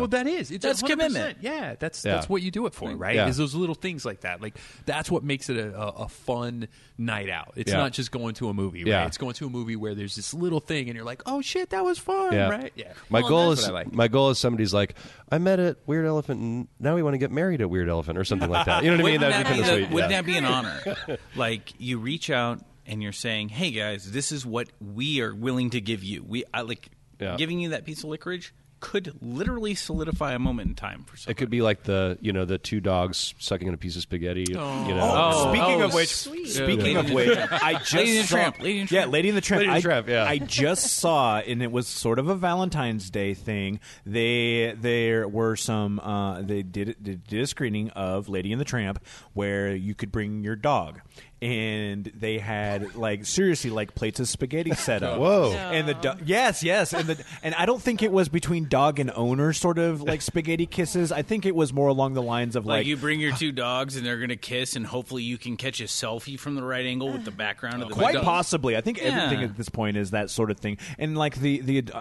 Speaker 2: Well, that is. It's
Speaker 1: That's
Speaker 2: 100%.
Speaker 1: commitment.
Speaker 2: Yeah, that's
Speaker 6: Yeah.
Speaker 2: that's what you do it for, right?
Speaker 6: Yeah.
Speaker 2: Is those little things like that. Like that's what makes it a, a, a fun night out. It's
Speaker 6: Yeah.
Speaker 2: not just going to a movie. Right?
Speaker 6: Yeah.
Speaker 2: It's going to a movie where there's this little thing, and you're like, oh shit, that was fun,
Speaker 6: yeah.
Speaker 2: right? Yeah.
Speaker 6: My
Speaker 2: Well,
Speaker 6: goal
Speaker 2: that's
Speaker 6: is
Speaker 2: what I like.
Speaker 6: my goal is somebody's like, I met at Weird Elephant, and now we want to get married at Weird Elephant or something like that. You know what I mean?
Speaker 1: Wouldn't,
Speaker 6: That'd be
Speaker 1: that,
Speaker 6: kind
Speaker 1: be
Speaker 6: of
Speaker 1: the-
Speaker 6: sweet.
Speaker 1: wouldn't
Speaker 6: yeah.
Speaker 1: that be an honor? like you reach out and you're saying, "Hey guys, this is what we are willing to give you. We I like
Speaker 6: Yeah.
Speaker 1: giving you that piece of licorice could literally solidify a moment in time for someone.
Speaker 6: It could be like the you know the two dogs sucking on a piece of spaghetti. You know.
Speaker 1: Oh,
Speaker 3: Speaking
Speaker 1: oh,
Speaker 3: of which,
Speaker 4: sweet.
Speaker 3: speaking
Speaker 1: Lady
Speaker 3: of
Speaker 1: and the
Speaker 3: which,
Speaker 1: Tramp.
Speaker 3: I just
Speaker 1: Lady and the
Speaker 3: saw,
Speaker 1: Tramp, Lady and the
Speaker 3: yeah,
Speaker 1: Tramp.
Speaker 3: Lady and the Tramp.
Speaker 6: Lady and
Speaker 3: I,
Speaker 6: the Tramp, yeah.
Speaker 3: I just saw, and it was sort of a Valentine's Day thing. They there were some uh, they did they did a screening of Lady and the Tramp where you could bring your dog. And they had like seriously like plates of spaghetti set up.
Speaker 6: Whoa.
Speaker 3: And the do- yes, yes, and the and I don't think it was between dog and owner sort of like spaghetti kisses. I think it was more along the lines of
Speaker 1: Like,
Speaker 3: like,
Speaker 1: you bring your two dogs and they're going to kiss, and hopefully you can catch a selfie from the right angle with the background of the
Speaker 3: quite
Speaker 1: dog.
Speaker 3: possibly. I think everything
Speaker 1: Yeah.
Speaker 3: at this point is that sort of thing. And like the the uh,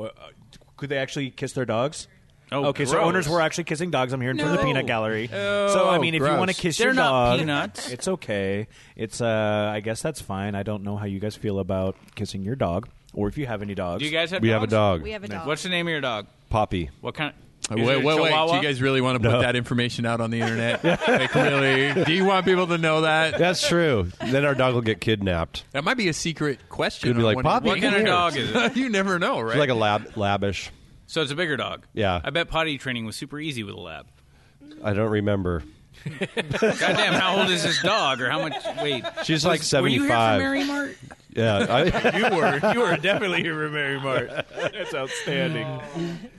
Speaker 3: uh, could they actually kiss their dogs?
Speaker 1: Oh,
Speaker 3: okay, so
Speaker 1: gross.
Speaker 3: owners were actually kissing dogs. I'm hearing from the
Speaker 1: No. Oh,
Speaker 3: peanut gallery. so I mean, if you
Speaker 6: gross.
Speaker 3: want to kiss
Speaker 1: They're
Speaker 3: your
Speaker 1: not
Speaker 3: dog,
Speaker 1: peanuts.
Speaker 3: it's okay. It's uh, I guess that's fine. I don't know how you guys feel about kissing your dog, or if you have any dogs.
Speaker 1: Do you guys have?
Speaker 6: We
Speaker 1: dogs?
Speaker 6: have a dog.
Speaker 4: We have a dog.
Speaker 1: What's the name of your dog?
Speaker 6: Poppy.
Speaker 1: What kind? Of,
Speaker 2: Wait,
Speaker 1: is it a
Speaker 2: wait, wait. Do
Speaker 1: Chihuahua?
Speaker 2: you guys really want to put that information out on the internet? Like, really? Do you want people to know that?
Speaker 6: That's true. then our dog will get kidnapped.
Speaker 2: That might be a secret question.
Speaker 6: Could be
Speaker 2: on
Speaker 6: like,
Speaker 2: one-
Speaker 6: "Poppy,
Speaker 2: what
Speaker 6: come
Speaker 2: kind of
Speaker 6: here."
Speaker 2: dog is it? you never know, right?
Speaker 6: It's like a lab labish.
Speaker 1: Oh, So it's a bigger dog.
Speaker 6: Yeah.
Speaker 1: I bet potty training was super easy with a lab.
Speaker 6: I don't remember.
Speaker 1: Goddamn, how old is this dog? Or how much? Wait,
Speaker 6: She's like
Speaker 1: Were you here for
Speaker 6: 75.
Speaker 1: Mary Mart?
Speaker 6: Yeah. I,
Speaker 1: You were. You were definitely here for Mary Mart.
Speaker 3: That's outstanding.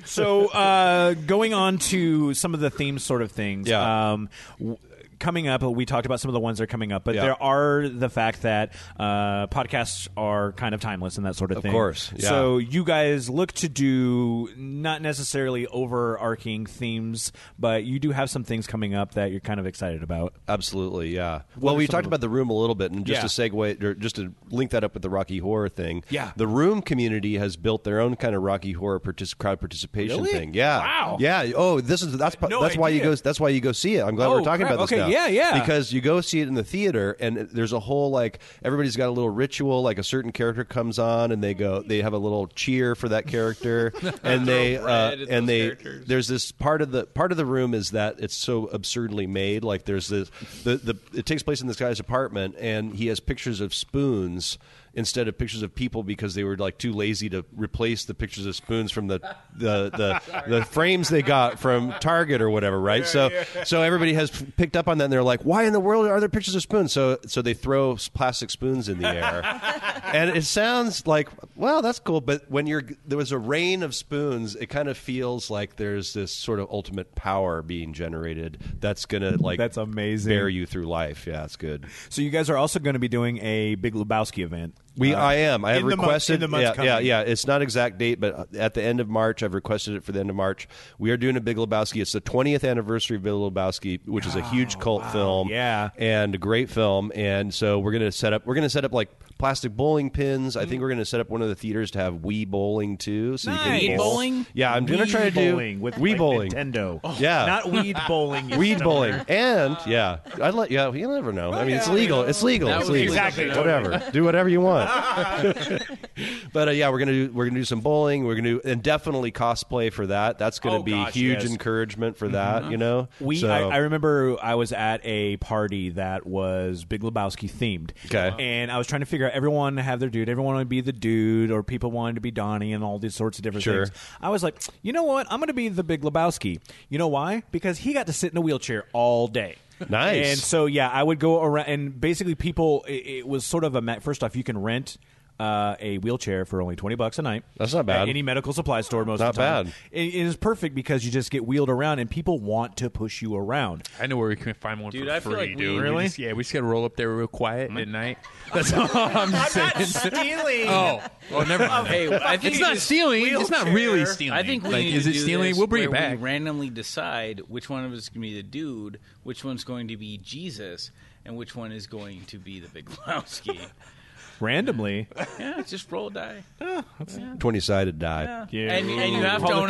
Speaker 3: so, uh, going on to some of the theme sort of things.
Speaker 6: Yeah.
Speaker 3: Um, w- coming up, we talked about some of the ones that are coming up, but
Speaker 6: Yeah.
Speaker 3: there are the fact that uh, podcasts are kind of timeless and that sort of,
Speaker 6: Of
Speaker 3: thing.
Speaker 6: course, yeah.
Speaker 3: So, you guys look to do not necessarily overarching themes, but you do have some things coming up that you're kind of excited about.
Speaker 6: Absolutely, yeah. Well,
Speaker 3: are
Speaker 6: we
Speaker 3: some
Speaker 6: talked
Speaker 3: of
Speaker 6: about the room a little bit, and just
Speaker 3: Yeah.
Speaker 6: to segue, or just to link that up with the Rocky Horror thing.
Speaker 3: Yeah.
Speaker 6: the room community has built their own kind of Rocky Horror partic- crowd participation
Speaker 3: Really?
Speaker 6: thing. Yeah,
Speaker 3: Wow.
Speaker 6: yeah. Oh, this is that's
Speaker 3: No
Speaker 6: that's why you
Speaker 3: idea.
Speaker 6: go that's why you go see it. I'm glad we're
Speaker 3: Oh,
Speaker 6: talking
Speaker 3: crap.
Speaker 6: about this
Speaker 3: Okay,
Speaker 6: now.
Speaker 3: yeah, yeah.
Speaker 6: Because you go see it in the theater, and there's a whole like everybody's got a little ritual. Like a certain character comes on, and they go they have a little cheer for that character, and they uh,
Speaker 1: bread at
Speaker 6: and
Speaker 1: those
Speaker 6: they
Speaker 1: characters.
Speaker 6: there's this part of the part of the room is that it's so absurdly made. Like there's this the, the it takes place in this guy's apartment and he has pictures of spoons instead of pictures of people because they were like too lazy to replace the pictures of spoons from the the the, the frames they got from Target or whatever, right? so so everybody has picked up on that and they're like, why in the world are there pictures of spoons? So so they throw s- plastic spoons in the air, and it sounds like well that's cool, but when you're there was a rain of spoons, it kind of feels like there's this sort of ultimate power being generated that's gonna like
Speaker 3: That's amazing.
Speaker 6: bear you through life. Yeah, it's good.
Speaker 3: So, you guys are also going to be doing a Big Lebowski event.
Speaker 6: We,
Speaker 3: Uh,
Speaker 6: I am. I have
Speaker 3: in the month-
Speaker 6: requested.
Speaker 3: in the month
Speaker 6: yeah, yeah,
Speaker 3: coming.
Speaker 6: yeah. It's not exact date, but at the end of March, I've requested it for the end of March. We are doing a Big Lebowski. It's the 20th anniversary of Big Lebowski, which is a huge cult film.
Speaker 3: Oh, Yeah.
Speaker 6: and a great film. And so we're gonna set up. We're gonna set up like plastic bowling pins. I
Speaker 3: Mm-hmm.
Speaker 6: think we're going to set up one of the theaters to have Wii bowling too. So you
Speaker 1: Nice.
Speaker 6: can bowl.
Speaker 1: Bowling?
Speaker 6: Yeah, I'm going to
Speaker 3: Wii
Speaker 6: try to do
Speaker 3: bowling with
Speaker 6: Wii
Speaker 3: like,
Speaker 6: bowling.
Speaker 3: Nintendo.
Speaker 6: Yeah.
Speaker 3: not weed bowling. you
Speaker 6: Weed
Speaker 3: stoner.
Speaker 6: bowling and yeah, I let yeah. You never know. I mean, it's legal. It's legal.
Speaker 1: That
Speaker 6: It's
Speaker 1: would be
Speaker 6: legal.
Speaker 1: Exactly.
Speaker 6: Whatever. do whatever you want. but uh, yeah, we're gonna do we're gonna do some bowling. We're gonna do, and definitely cosplay for that. That's gonna
Speaker 1: Oh,
Speaker 6: be
Speaker 1: gosh,
Speaker 6: huge
Speaker 3: yes.
Speaker 6: encouragement for that. You know.
Speaker 3: We,
Speaker 6: So-
Speaker 3: I, I remember I was at a party that was Big Lebowski themed.
Speaker 6: Okay.
Speaker 3: And I was trying to figure out everyone had their dude. Everyone wanted to be the dude, or people wanted to be Donnie, and all these sorts of different
Speaker 6: Sure.
Speaker 3: things. I was like, you know what? I'm going to be the Big Lebowski. You know why? Because he got to sit in a wheelchair all day.
Speaker 6: Nice.
Speaker 3: And so, yeah, I would go around, and basically, people, it, it was sort of a ma- first off, you can rent. Uh, a wheelchair for only twenty bucks a night.
Speaker 6: That's not bad.
Speaker 3: At any medical supply store, most
Speaker 6: Not
Speaker 3: of the time.
Speaker 6: bad.
Speaker 3: It, it is perfect because you just get wheeled around, and people want to push you around.
Speaker 2: I know where we can find one
Speaker 1: Dude,
Speaker 2: for
Speaker 1: I feel
Speaker 2: free,
Speaker 1: like we-
Speaker 2: dude. We
Speaker 1: Really?
Speaker 2: just- yeah, we just got to roll up there real quiet at night. That's all I'm saying.
Speaker 3: stealing.
Speaker 2: oh, well, never mind.
Speaker 1: Hey, I think
Speaker 2: it's not
Speaker 1: just-
Speaker 2: stealing. It's not really stealing.
Speaker 1: I think we
Speaker 2: like,
Speaker 1: need
Speaker 2: is
Speaker 1: to
Speaker 2: it
Speaker 1: do
Speaker 2: stealing?
Speaker 1: this
Speaker 2: We'll bring it
Speaker 1: where we
Speaker 2: back.
Speaker 1: randomly decide which one of us is going to be the dude, which one's going to be Jesus, and which one is going to be the Big Lebowski.
Speaker 3: Randomly.
Speaker 1: yeah, just roll a die.
Speaker 6: twenty sided die.
Speaker 3: Yeah.
Speaker 1: And, and you have
Speaker 3: All
Speaker 1: to
Speaker 3: the
Speaker 1: own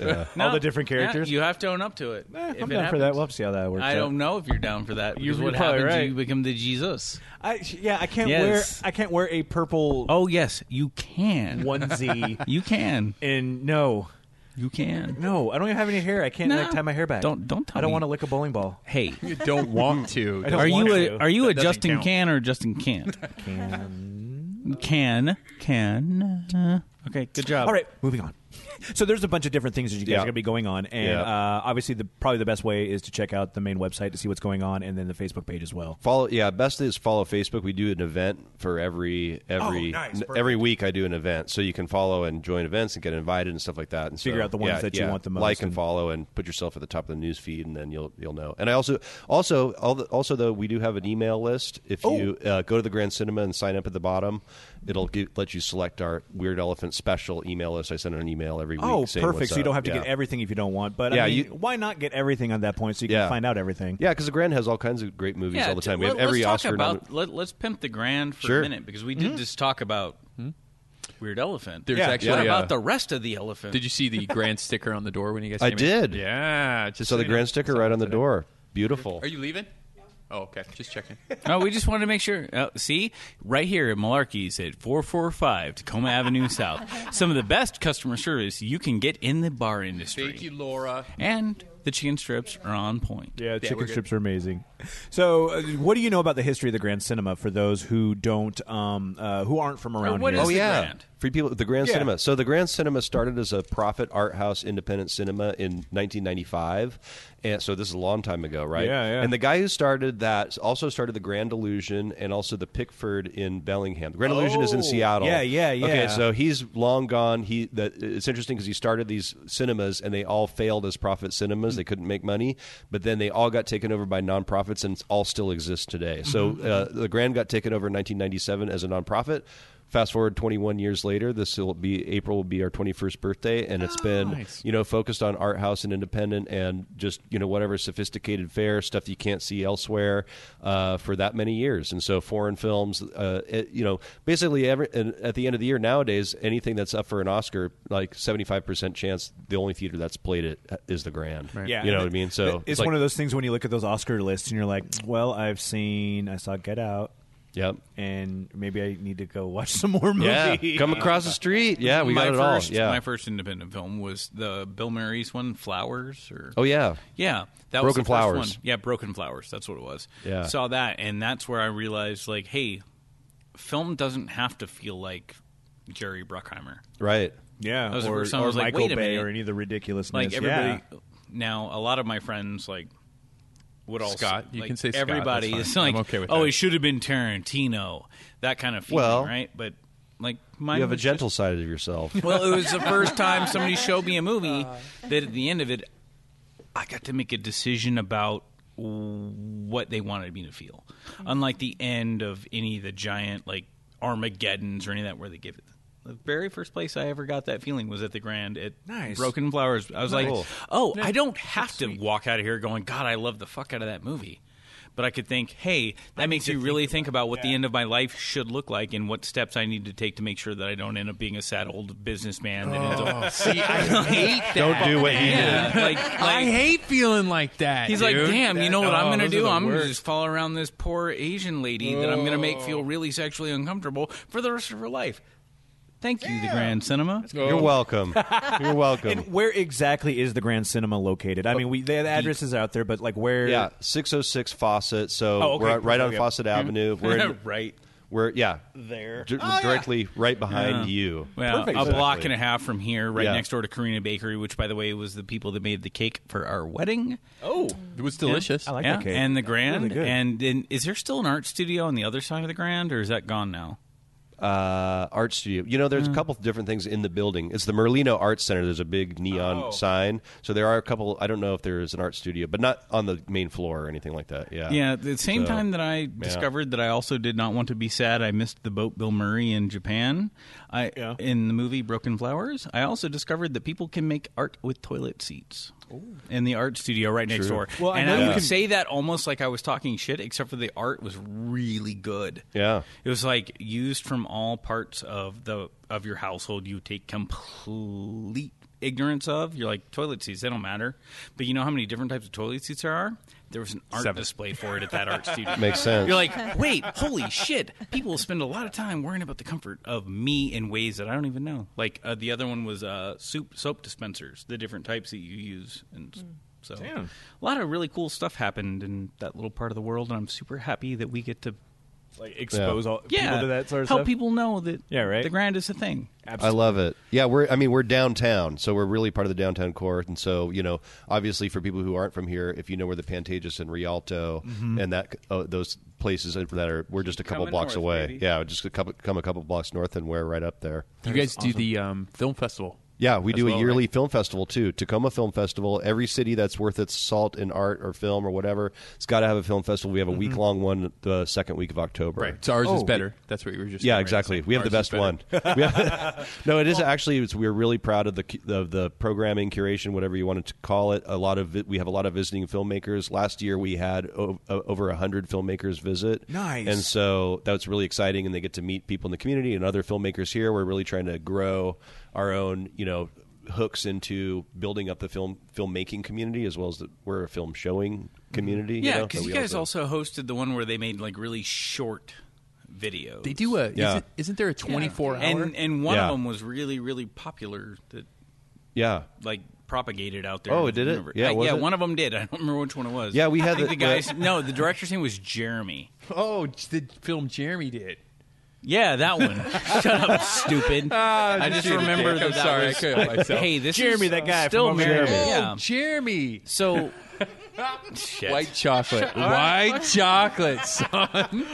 Speaker 1: up to
Speaker 3: Yeah.
Speaker 1: it. No,
Speaker 3: All the different
Speaker 1: yeah,
Speaker 3: characters.
Speaker 1: you have to own up to it.
Speaker 3: Eh,
Speaker 1: if
Speaker 3: I'm
Speaker 1: it
Speaker 3: down for that.
Speaker 1: happens.
Speaker 3: We'll have to see how that works.
Speaker 1: I
Speaker 3: out.
Speaker 1: don't know if you're down for that. Because
Speaker 2: You're
Speaker 1: what
Speaker 2: probably
Speaker 1: happens?
Speaker 2: right.
Speaker 1: You become the Jesus.
Speaker 3: I, yeah, I can't
Speaker 1: Yes.
Speaker 3: wear. I can't wear a purple
Speaker 1: Oh yes, you can.
Speaker 3: onesie.
Speaker 1: You can.
Speaker 3: and no,
Speaker 1: You can.
Speaker 3: no, I don't even have any hair. I can't
Speaker 1: No.
Speaker 3: like tie my hair back.
Speaker 1: Don't- don't tell
Speaker 3: I don't
Speaker 1: me.
Speaker 3: want to lick a bowling ball.
Speaker 1: Hey,
Speaker 2: You don't want to.
Speaker 3: I don't
Speaker 1: are
Speaker 3: want
Speaker 1: you
Speaker 3: to.
Speaker 1: a are you
Speaker 2: That
Speaker 1: a
Speaker 2: doesn't
Speaker 1: Justin
Speaker 2: count.
Speaker 1: Can or Justin Can't? Can can uh, okay. Good job.
Speaker 3: All right, moving on. Oh. So there's a bunch of different things that you guys
Speaker 6: Yeah.
Speaker 3: are going to be going on, and
Speaker 6: Yeah.
Speaker 3: uh, obviously the probably the best way is to check out the main website to see what's going on, and then the Facebook page as well.
Speaker 6: Follow yeah. Best is follow Facebook. We do an event for every every
Speaker 3: Oh, nice.
Speaker 6: n-
Speaker 3: Perfect.
Speaker 6: every week. I do an event, so you can follow and join events and get invited and stuff like that. And so,
Speaker 3: Figure out the ones
Speaker 6: yeah,
Speaker 3: that you
Speaker 6: yeah,
Speaker 3: want the most
Speaker 6: Like and,
Speaker 3: and-
Speaker 6: follow and put yourself at the top of the news feed, and then you'll you'll know. And I also also all the, also though we do have an email list. If you
Speaker 3: Oh.
Speaker 6: uh, go to the Grand Cinema and sign up at the bottom, it'll get, let you select our Weird Elephant special email list. I send an email every week.
Speaker 3: Oh,
Speaker 6: saying
Speaker 3: perfect!
Speaker 6: what's
Speaker 3: So you don't
Speaker 6: up.
Speaker 3: have to
Speaker 6: Yeah.
Speaker 3: get everything if you don't want. But
Speaker 6: Yeah,
Speaker 3: I mean,
Speaker 6: you-
Speaker 3: why not get everything on that point so you can
Speaker 6: Yeah.
Speaker 3: find out everything?
Speaker 6: Yeah, because the Grand has all kinds of great movies all the
Speaker 1: t-
Speaker 6: time. We have
Speaker 1: let-
Speaker 6: every
Speaker 1: let's
Speaker 6: Oscar.
Speaker 1: Talk
Speaker 6: nom-
Speaker 1: about, let, us pimp the grand for
Speaker 6: Sure. Mm-hmm. Hmm?
Speaker 1: a minute because we did just talk about Weird Elephant.
Speaker 2: There's
Speaker 3: Yeah.
Speaker 2: actually.
Speaker 1: what
Speaker 2: uh,
Speaker 1: about the rest of the elephant?
Speaker 2: Did you see the grand sticker on the door when you guys?
Speaker 6: I
Speaker 2: came in?
Speaker 6: did.
Speaker 2: Yeah. Just
Speaker 6: so the
Speaker 2: you know.
Speaker 6: Grand sticker right on the door. Beautiful.
Speaker 2: Are you leaving? Oh, okay. Just checking.
Speaker 1: No, we just wanted to make sure. Uh, see, right here at Malarkey's at 445 Tacoma Avenue South. Some of the best customer service you can get in the bar industry.
Speaker 2: Thank you, Laura.
Speaker 1: And the chicken strips are on point.
Speaker 3: Yeah,
Speaker 2: we're
Speaker 3: chicken
Speaker 2: good.
Speaker 3: strips are amazing. So, uh, what do you know about the history of the Grand Cinema for those who don't, um, uh, who aren't from around
Speaker 1: what
Speaker 3: here?
Speaker 1: is
Speaker 6: Oh
Speaker 1: the
Speaker 6: yeah,
Speaker 1: Grand?
Speaker 6: free people. The Grand
Speaker 3: Yeah.
Speaker 6: Cinema. So the Grand Cinema started as a profit art house, independent cinema in 1995, and so this is a long time ago, right?
Speaker 3: Yeah, yeah.
Speaker 6: And the guy who started that also started the Grand Illusion and also the Pickford in Bellingham. The Grand
Speaker 2: Oh,
Speaker 6: Illusion is in Seattle.
Speaker 3: Oh. Yeah, yeah, yeah.
Speaker 6: Okay, so he's long gone. He the, it's interesting because he started these cinemas and they all failed as profit cinemas. They couldn't make money, but then they all got taken over by nonprofits and it's all still exists today. So
Speaker 3: Mm-hmm.
Speaker 6: uh, the Grand got taken over in 1997 as a nonprofit. Fast forward 21 years later, this will be April will be our 21st birthday, and it's been you know focused on art house and independent and just you know whatever sophisticated fare stuff you can't see elsewhere uh, for that many years. And so foreign films, uh, it- you know, basically every and at the end of the year nowadays, anything that's up for an Oscar, like 75 percent chance, the only theater that's played it is the Grand.
Speaker 3: Yeah,
Speaker 6: you know
Speaker 3: and
Speaker 6: what I mean. So
Speaker 3: it's one of those things when you look at those Oscar lists and you're like, well, I've seen, I saw Get Out,
Speaker 6: Yep.
Speaker 3: and maybe I need to go watch some more
Speaker 6: Yeah,
Speaker 3: movies.
Speaker 6: come across the street. Yeah, we
Speaker 1: my
Speaker 6: got it
Speaker 1: first,
Speaker 6: all. Yeah.
Speaker 1: My first independent film was the Bill Murray's one, Flowers. Or
Speaker 6: oh yeah.
Speaker 1: Yeah, that was the
Speaker 6: Broken
Speaker 1: first
Speaker 6: Flowers.
Speaker 1: one. Yeah, Broken Flowers. That's what it was.
Speaker 6: Yeah.
Speaker 1: saw that, and that's where I realized, like, hey, film doesn't have to feel like Jerry Bruckheimer.
Speaker 6: Right.
Speaker 3: yeah,
Speaker 1: That was the
Speaker 3: or,
Speaker 1: first time I
Speaker 3: or
Speaker 1: was like,
Speaker 3: Michael
Speaker 1: wait a
Speaker 3: Bay
Speaker 1: minute.
Speaker 3: or any of the ridiculousness.
Speaker 1: Like everybody
Speaker 3: yeah.
Speaker 1: now, a lot of my friends like would all
Speaker 2: Scott, you
Speaker 1: like,
Speaker 2: can say Scott,
Speaker 1: everybody
Speaker 2: that's
Speaker 1: is
Speaker 2: fine.
Speaker 1: like,
Speaker 2: I'm okay with
Speaker 1: oh,
Speaker 2: that.
Speaker 1: it should have been Tarantino, that kind of feeling,
Speaker 6: Well,
Speaker 1: right? But like, mine
Speaker 6: You have a
Speaker 1: was
Speaker 6: gentle side of yourself.
Speaker 1: Well, it was the first time somebody showed me a movie that at the end of it, I got to make a decision about what they wanted me to feel. Unlike the end of any of the giant like Armageddon's or any of that, where they give it. The very first place I ever got that feeling was at the Grand at
Speaker 3: Nice.
Speaker 1: Broken Flowers. I was
Speaker 6: Cool.
Speaker 1: like, oh, I don't have to walk out of here going, God, I love the fuck out of that movie. but I could think, hey, that makes you really think about, what the end of my life should look like and what steps I need to take to make sure that I don't end up being a sad old businessman. That ends up,
Speaker 2: See, I hate that.
Speaker 6: Don't do what he
Speaker 1: yeah,
Speaker 6: did.
Speaker 1: like, like
Speaker 2: I hate feeling like that.
Speaker 1: He's
Speaker 2: dude.
Speaker 1: like, damn, you know what
Speaker 2: Oh,
Speaker 1: I'm going to
Speaker 2: those are
Speaker 1: do?
Speaker 2: the
Speaker 1: I'm going to
Speaker 2: worst.
Speaker 1: just follow around this poor Asian lady that I'm going to make feel really sexually uncomfortable for the rest of her life. Thank you, the Grand Cinema.
Speaker 6: You're welcome. You're welcome.
Speaker 3: Where exactly is the Grand Cinema located? I mean, we the address is out there, but like where?
Speaker 6: Yeah, 606 Fawcett. So
Speaker 3: Oh, okay.
Speaker 6: we're right on
Speaker 3: Okay.
Speaker 6: Fawcett Avenue. We're in,
Speaker 1: right
Speaker 6: we're yeah,
Speaker 1: there.
Speaker 6: di- directly right behind you.
Speaker 1: Well,
Speaker 3: Perfect.
Speaker 1: a block
Speaker 6: Exactly.
Speaker 1: and a half from here, right
Speaker 6: Yeah.
Speaker 1: next door to Karina Bakery, which, by the way, was the people that made the cake for our wedding.
Speaker 3: Oh,
Speaker 2: It was delicious.
Speaker 3: I like
Speaker 1: yeah,
Speaker 3: that cake.
Speaker 1: and the Grand.
Speaker 3: Really good.
Speaker 1: and in, is there still an art studio on the other side of the Grand, or is that gone now?
Speaker 6: uh, art studio. You know, there's a couple different things in the building. It's the Merlino Arts Center. There's a big neon sign. So there are a couple. I don't know if there is an art studio, but not on the main floor or anything like that. Yeah.
Speaker 1: Yeah, at the same
Speaker 6: So-
Speaker 1: time that I discovered that I also did not want to be sad, I missed the boat Bill Murray in Japan. I
Speaker 3: Yeah.
Speaker 1: in the movie Broken Flowers. I also discovered that people can make art with toilet seats. In the art studio right next door.
Speaker 3: Oh. Well, I
Speaker 1: and
Speaker 3: know
Speaker 1: I
Speaker 3: you
Speaker 1: would
Speaker 3: can-
Speaker 1: say that almost like I was talking shit, except for the art was really good.
Speaker 6: Yeah.
Speaker 1: It was like used from all parts of the of your household you take complete ignorance of. You're like toilet seats, they don't matter. But you know how many different types of toilet seats there are? There was an art
Speaker 2: Seven.
Speaker 1: display for it at that art studio.
Speaker 6: Makes sense.
Speaker 1: You're like, wait, holy shit. People spend a lot of time worrying about the comfort of me in ways that I don't even know. Like uh, the other one was uh, soup soap dispensers, the different types that you use and s- so
Speaker 3: Damn.
Speaker 1: a lot of really cool stuff happened in that little part of the world and I'm super happy that we get to
Speaker 3: like expose all
Speaker 1: yeah,
Speaker 3: people to that sort of
Speaker 1: help
Speaker 3: stuff.
Speaker 1: people know that
Speaker 3: Yeah, right.
Speaker 1: the grand is a thing.
Speaker 6: I love it. Yeah, we're I mean we're downtown, so we're really part of the downtown core, and so you know, obviously for people who aren't from here, if you know where the Pantages and Rialto
Speaker 2: Mm-hmm.
Speaker 6: and that uh, those places that are we're just a couple
Speaker 1: Coming
Speaker 6: blocks
Speaker 1: north,
Speaker 6: away.
Speaker 1: baby.
Speaker 6: Yeah, just a couple come a couple blocks north, and we're right up there.
Speaker 2: You guys do the um, film festival.
Speaker 6: Yeah, we
Speaker 2: as
Speaker 6: do a
Speaker 2: well,
Speaker 6: yearly
Speaker 2: right?
Speaker 6: film festival too, Tacoma Film Festival. Every city that's worth its salt in art or film or whatever, it's got to have a film festival. We have a week long one the second week of October.
Speaker 2: Mm-hmm. Right. So ours is
Speaker 3: Oh.
Speaker 2: better. That's what you were just.
Speaker 6: Yeah,
Speaker 2: saying, right?
Speaker 6: exactly. We have
Speaker 2: Ours
Speaker 6: the
Speaker 2: is
Speaker 6: best
Speaker 2: better.
Speaker 6: one. We have- no, it is actually. It's, we're really proud of the cu- of the programming, curation, whatever you wanted to call it. A lot of vi- we have a lot of visiting filmmakers. Last year we had o- o- over hundred filmmakers visit.
Speaker 3: Nice.
Speaker 6: and so that's really exciting, and they get to meet people in the community and other filmmakers here. We're really trying to grow our own, you know. Hooks into building up the film filmmaking community as well as the, we're a film showing
Speaker 2: Mm-hmm.
Speaker 6: community. you
Speaker 1: Yeah,
Speaker 6: know,
Speaker 1: because
Speaker 6: so
Speaker 1: you
Speaker 6: we
Speaker 1: guys also hosted the one where they made like really short videos.
Speaker 2: They do a.
Speaker 6: Yeah.
Speaker 2: Isn't, isn't there a 24 hour?
Speaker 1: and and one
Speaker 6: Yeah.
Speaker 1: of them was really really popular that
Speaker 6: yeah
Speaker 1: like propagated out there.
Speaker 6: Oh,
Speaker 1: in
Speaker 6: it did
Speaker 1: the
Speaker 6: it?
Speaker 1: universe.
Speaker 6: Yeah,
Speaker 1: I-
Speaker 6: was
Speaker 1: yeah.
Speaker 6: it?
Speaker 1: One of them did. I don't remember which one it was.
Speaker 6: Yeah, we
Speaker 1: I
Speaker 6: had
Speaker 1: think
Speaker 6: the-
Speaker 1: the guys. no, the director's name was Jeremy.
Speaker 2: oh, it's the film Jeremy did.
Speaker 1: Yeah, that one. Shut up, stupid.
Speaker 6: Ah, Uh,
Speaker 1: I just remember that.
Speaker 2: I'm
Speaker 1: that
Speaker 2: sorry,
Speaker 1: was-
Speaker 2: I couldn't help myself.
Speaker 1: Hey, this
Speaker 3: Jeremy,
Speaker 1: is
Speaker 3: that guy
Speaker 1: still
Speaker 3: from over
Speaker 1: married.
Speaker 3: there.
Speaker 1: Yeah.
Speaker 2: Jeremy.
Speaker 1: So, shit.
Speaker 2: White chocolate. White chocolate, son.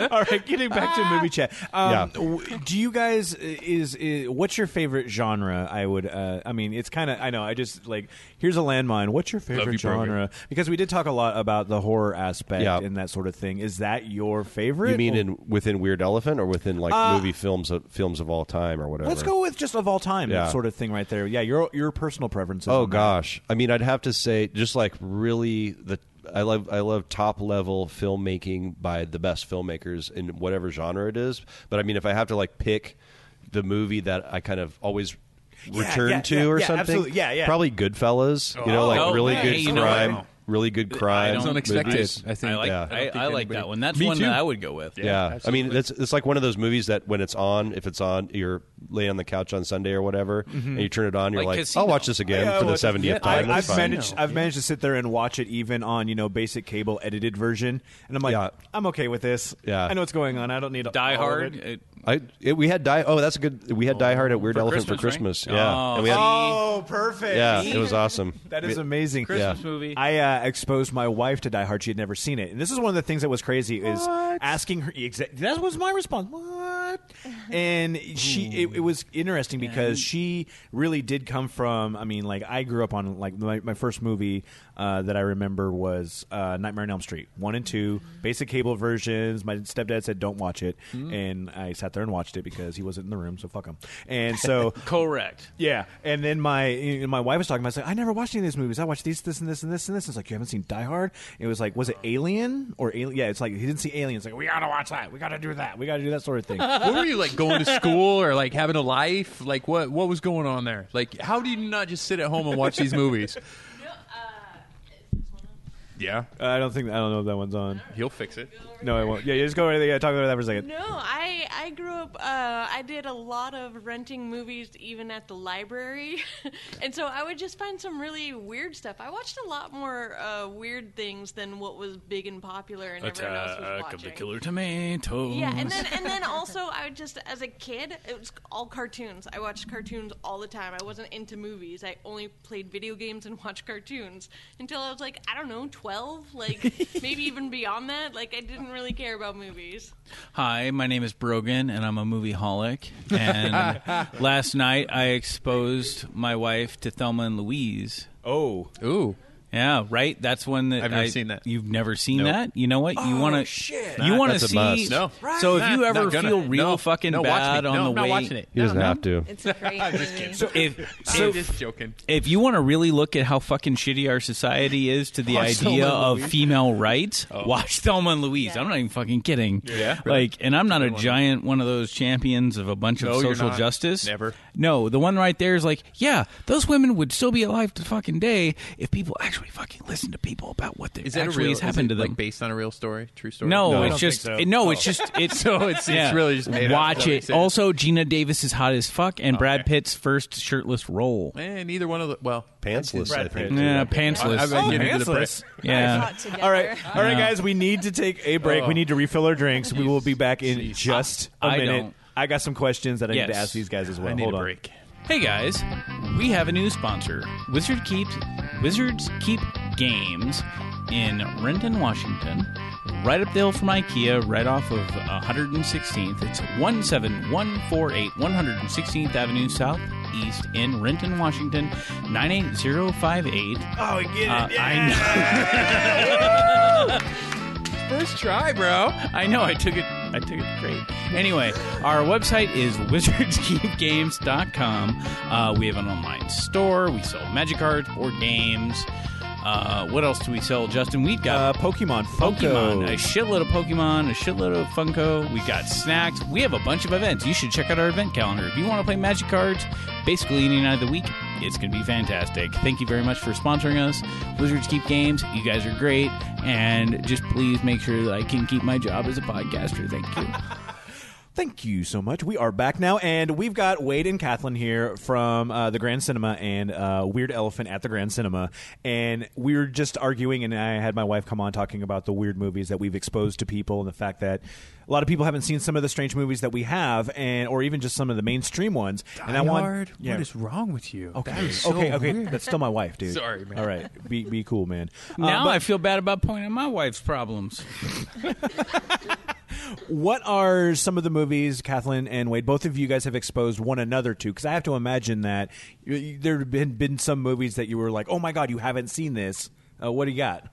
Speaker 3: All right, getting back
Speaker 1: Ah.
Speaker 3: to movie chat. Um,
Speaker 6: Yeah.
Speaker 3: w- Do you guys is, is what's your favorite genre? I would. Uh, I mean, it's kind of. I know. I just like here's a landmine. What's your favorite
Speaker 2: you,
Speaker 3: genre?
Speaker 2: Brogan.
Speaker 3: Because we did talk a lot about the horror aspect
Speaker 6: Yeah.
Speaker 3: and that sort of thing. Is that your favorite?
Speaker 6: You mean
Speaker 3: Or-
Speaker 6: in within Weird Elephant or within like movie films of films of all time or whatever?
Speaker 3: Uh, Let's go with just of all time
Speaker 6: Yeah.
Speaker 3: that sort of thing right there. Yeah, your your personal preferences.
Speaker 6: Oh
Speaker 3: on that.
Speaker 6: gosh, I mean, I'd have to say just like really the I love I love top level filmmaking by the best filmmakers in whatever genre it is. But I mean, if I have to like pick the movie that I kind of always. Return
Speaker 3: yeah,
Speaker 6: to
Speaker 3: yeah,
Speaker 6: or
Speaker 3: yeah,
Speaker 6: something,
Speaker 3: absolutely. Yeah, yeah.
Speaker 6: Probably Goodfellas, you know, like
Speaker 1: Oh,
Speaker 6: really
Speaker 1: yeah,
Speaker 6: good
Speaker 1: you know
Speaker 6: crime,
Speaker 1: what?
Speaker 6: really good crime.
Speaker 1: don't-
Speaker 2: It's unexpected.
Speaker 6: movies.
Speaker 2: I think.
Speaker 1: I like
Speaker 6: Yeah.
Speaker 1: I, I, like that one. That's
Speaker 2: Me
Speaker 1: one
Speaker 2: too.
Speaker 1: that I would go with.
Speaker 6: Yeah, I mean
Speaker 2: absolutely.
Speaker 6: it's it's like one of those movies that when it's on, if it's on, you're laying on the couch on Sunday or whatever, and you turn it on, you're
Speaker 1: Like
Speaker 6: like,
Speaker 1: Casino.
Speaker 6: I'll watch this again
Speaker 3: Oh, Yeah,
Speaker 6: for the
Speaker 3: well,
Speaker 6: seventieth
Speaker 3: yeah,
Speaker 6: time.
Speaker 3: I,
Speaker 6: That's
Speaker 3: I've
Speaker 6: fine.
Speaker 3: managed. I've managed to sit there and watch it even on you know basic cable edited version, and I'm like,
Speaker 6: Yeah.
Speaker 3: I'm okay with this.
Speaker 6: Yeah.
Speaker 3: I know what's going on. I don't need a,
Speaker 1: Die Hard.
Speaker 3: It.
Speaker 1: it-
Speaker 6: I it, we had die. Oh, that's a good. We had Die Hard at Weird
Speaker 1: For
Speaker 6: Elephant for
Speaker 1: Christmas,
Speaker 6: Christmas.
Speaker 1: right?
Speaker 6: Yeah,
Speaker 1: Oh,
Speaker 6: and we had,
Speaker 3: Oh, perfect.
Speaker 6: yeah, it was awesome.
Speaker 3: That is
Speaker 6: We-
Speaker 3: amazing.
Speaker 1: Christmas Yeah. movie.
Speaker 3: I uh, exposed my wife to Die Hard. She had never seen it, and this is one of the things that was crazy is asking her. Exa- that was my response. What? what? And she, it, it was interesting because she really did come from. I mean, like I grew up on like my, my first movie uh, that I remember was uh, Nightmare on Elm Street one and two, basic cable versions. My stepdad said don't watch it,
Speaker 1: Hmm.
Speaker 3: and I sat there and watched it because he wasn't in the room, so fuck him. And so
Speaker 1: Correct.
Speaker 3: Yeah, and then my you know, my wife was talking about. it. I was like, I never watched any of these movies. I watched these, this, and this, and this, and this. It's like you haven't seen Die Hard. It was like, was it Alien or Alien? Yeah, it's like he didn't see Alien. It's like we gotta watch that. We gotta do that. We gotta do that sort of thing. Uh,
Speaker 2: what were you like going to school or like having a life? Like what what was going on there? Like how do you not just sit at home and watch these movies? Yeah,
Speaker 3: I don't think I don't know if that one's on.
Speaker 2: he'll fix it.
Speaker 3: No, I won't. Yeah, you just go right there. Yeah, talk about that for a second.
Speaker 7: No, I I grew up. Uh, I did a lot of renting movies, even at the library, and so I would just find some really weird stuff. I watched a lot more uh, weird things than what was big and popular, and everyone else was
Speaker 1: Attack
Speaker 7: watching.
Speaker 1: of the Killer Tomatoes.
Speaker 7: Yeah, and then and then also I would just as a kid it was all cartoons. I watched cartoons all the time. I wasn't into movies. I only played video games and watched cartoons until I was like I don't know twelve, like maybe even beyond that. Like I didn't really care about movies.
Speaker 1: Hi, my name is Brogan, and I'm a movie holic. And last night, I exposed my wife to Thelma and Louise.
Speaker 3: Oh,
Speaker 2: Ooh,
Speaker 1: Yeah, right. That's one that
Speaker 2: I've never
Speaker 1: I-
Speaker 2: seen that.
Speaker 1: You've never seen that. You know what? You want to? Shit. You
Speaker 6: Nah,
Speaker 1: want to
Speaker 6: that's a
Speaker 1: see?
Speaker 6: must.
Speaker 2: Oh, No.
Speaker 1: So if
Speaker 2: Nah,
Speaker 1: you ever
Speaker 2: not gonna.
Speaker 1: feel real
Speaker 2: No.
Speaker 1: fucking
Speaker 2: No, watch
Speaker 1: bad
Speaker 2: me.
Speaker 1: on
Speaker 2: No,
Speaker 1: the
Speaker 2: I'm not
Speaker 1: way,
Speaker 2: watching it.
Speaker 6: He doesn't have to.
Speaker 4: It's a great movie.
Speaker 1: if
Speaker 2: I'm just joking.
Speaker 1: if you want to really look at how fucking shitty our society is to the idea of female rights, watch Thelma and Louise.
Speaker 4: Yeah.
Speaker 1: I'm not even fucking kidding.
Speaker 2: Oh. Yeah?
Speaker 1: Like, and I'm not a giant one of those champions of a bunch of
Speaker 2: No, you're
Speaker 1: social
Speaker 2: not.
Speaker 1: justice.
Speaker 2: Never.
Speaker 1: No, the one right there is like, yeah, those women would still be alive to fucking day if people actually fucking listen to people about what they
Speaker 2: Is that a
Speaker 1: actually
Speaker 2: real?
Speaker 1: has happened
Speaker 2: is it,
Speaker 1: to them.
Speaker 2: Like based on a real story, true story.
Speaker 1: no,
Speaker 3: I
Speaker 1: it's
Speaker 3: don't
Speaker 1: just
Speaker 3: think so.
Speaker 1: it- no, it's just it's
Speaker 2: So Oh. it's- it's really just made up.
Speaker 1: watch
Speaker 2: That
Speaker 1: it.
Speaker 2: makes sense.
Speaker 1: Also, Gina Davis is hot as fuck, and Brad
Speaker 2: Okay.
Speaker 1: Pitt's first shirtless role.
Speaker 2: man, Eh, neither one of the well,
Speaker 6: Pantsless, I
Speaker 3: Brad Pitt.
Speaker 6: think.
Speaker 1: Yeah,
Speaker 6: too.
Speaker 1: pantsless. Oh,
Speaker 2: I've been getting into the brick.
Speaker 3: pantsless.
Speaker 1: yeah,
Speaker 4: Shot together.
Speaker 3: All right, all right,
Speaker 1: Yeah.
Speaker 3: guys. We need to take a break.
Speaker 2: Oh.
Speaker 3: We need to refill our drinks. We will be back in just a
Speaker 1: I
Speaker 3: minute.
Speaker 1: don't-
Speaker 3: I got some questions that I need to
Speaker 1: Yes.
Speaker 3: ask these guys as well.
Speaker 2: I need
Speaker 3: Hold
Speaker 2: a
Speaker 3: on.
Speaker 2: break.
Speaker 1: Hey guys, we have a new sponsor. Wizard keeps Wizards Keep Games in Renton, Washington, right up the hill from IKEA, right off of uh, 116th. It's 17148 116th Avenue Southeast in Renton, Washington, 98058.
Speaker 3: Oh, I get it.
Speaker 1: Uh,
Speaker 3: yeah.
Speaker 1: I know. Uh,
Speaker 2: First try, bro.
Speaker 1: I know. I took it. I took it great. Anyway, our website is wizardskeepgames.com. Uh, we have an online store. We sell magic cards, board games. Uh, what else do we sell, Justin? We've
Speaker 3: Uh,
Speaker 1: got
Speaker 3: Pokemon.
Speaker 1: Pokemon,
Speaker 3: Funko.
Speaker 1: a shitload of Pokemon, a shitload of Funko. We've got snacks. We have a bunch of events. You should check out our event calendar. If you want to play magic cards, basically any night of the week, it's going to be fantastic. Thank you very much for sponsoring us. Wizards Keep Games, you guys are great. And just please make sure that I can keep my job as a podcaster. Thank you. Uh,
Speaker 3: Thank you so much. We are back now, and we've got Wade and Kathleen here from uh, the Grand Cinema and uh, Weird Elephant at the Grand Cinema, and we were just arguing, and I had my wife come on talking about the weird movies that we've exposed to people, and the fact that a lot of people haven't seen some of the strange movies that we have, and or even just some of the mainstream ones. and I want, yeah.
Speaker 2: wrong with you?
Speaker 3: okay, okay, okay, that's still my wife, dude.
Speaker 2: Sorry, man.
Speaker 3: All right, be be cool, man. Uh,
Speaker 1: now
Speaker 3: but-
Speaker 1: I feel bad about pointing out my wife's problems.
Speaker 3: What are some of the movies, Kathleen and Wade, both of you guys have exposed one another to? Because I have to imagine that you, you, there have been, been some movies that you were like, oh my God, you haven't seen this. Uh, what do you got?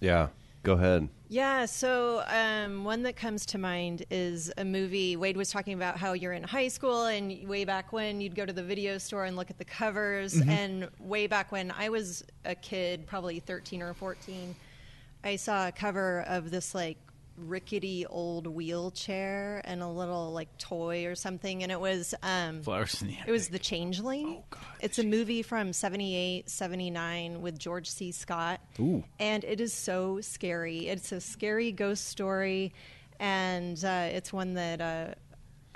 Speaker 6: Yeah. Go ahead.
Speaker 4: Yeah, so um, one that comes to mind is a movie. Wade was talking about how you're in high school, and way back when you'd go to the video store and look at the covers. And way back when I was a kid, probably 13 or 14, I saw a cover of this like rickety old wheelchair and a little like toy or something. And it was. Um,
Speaker 1: Flowers in the
Speaker 4: it was The Changeling.
Speaker 6: Oh,
Speaker 4: It's a movie from 78, 79 with George C. Scott. Ooh. And it is so scary. It's a scary ghost story. And uh, it's one that uh,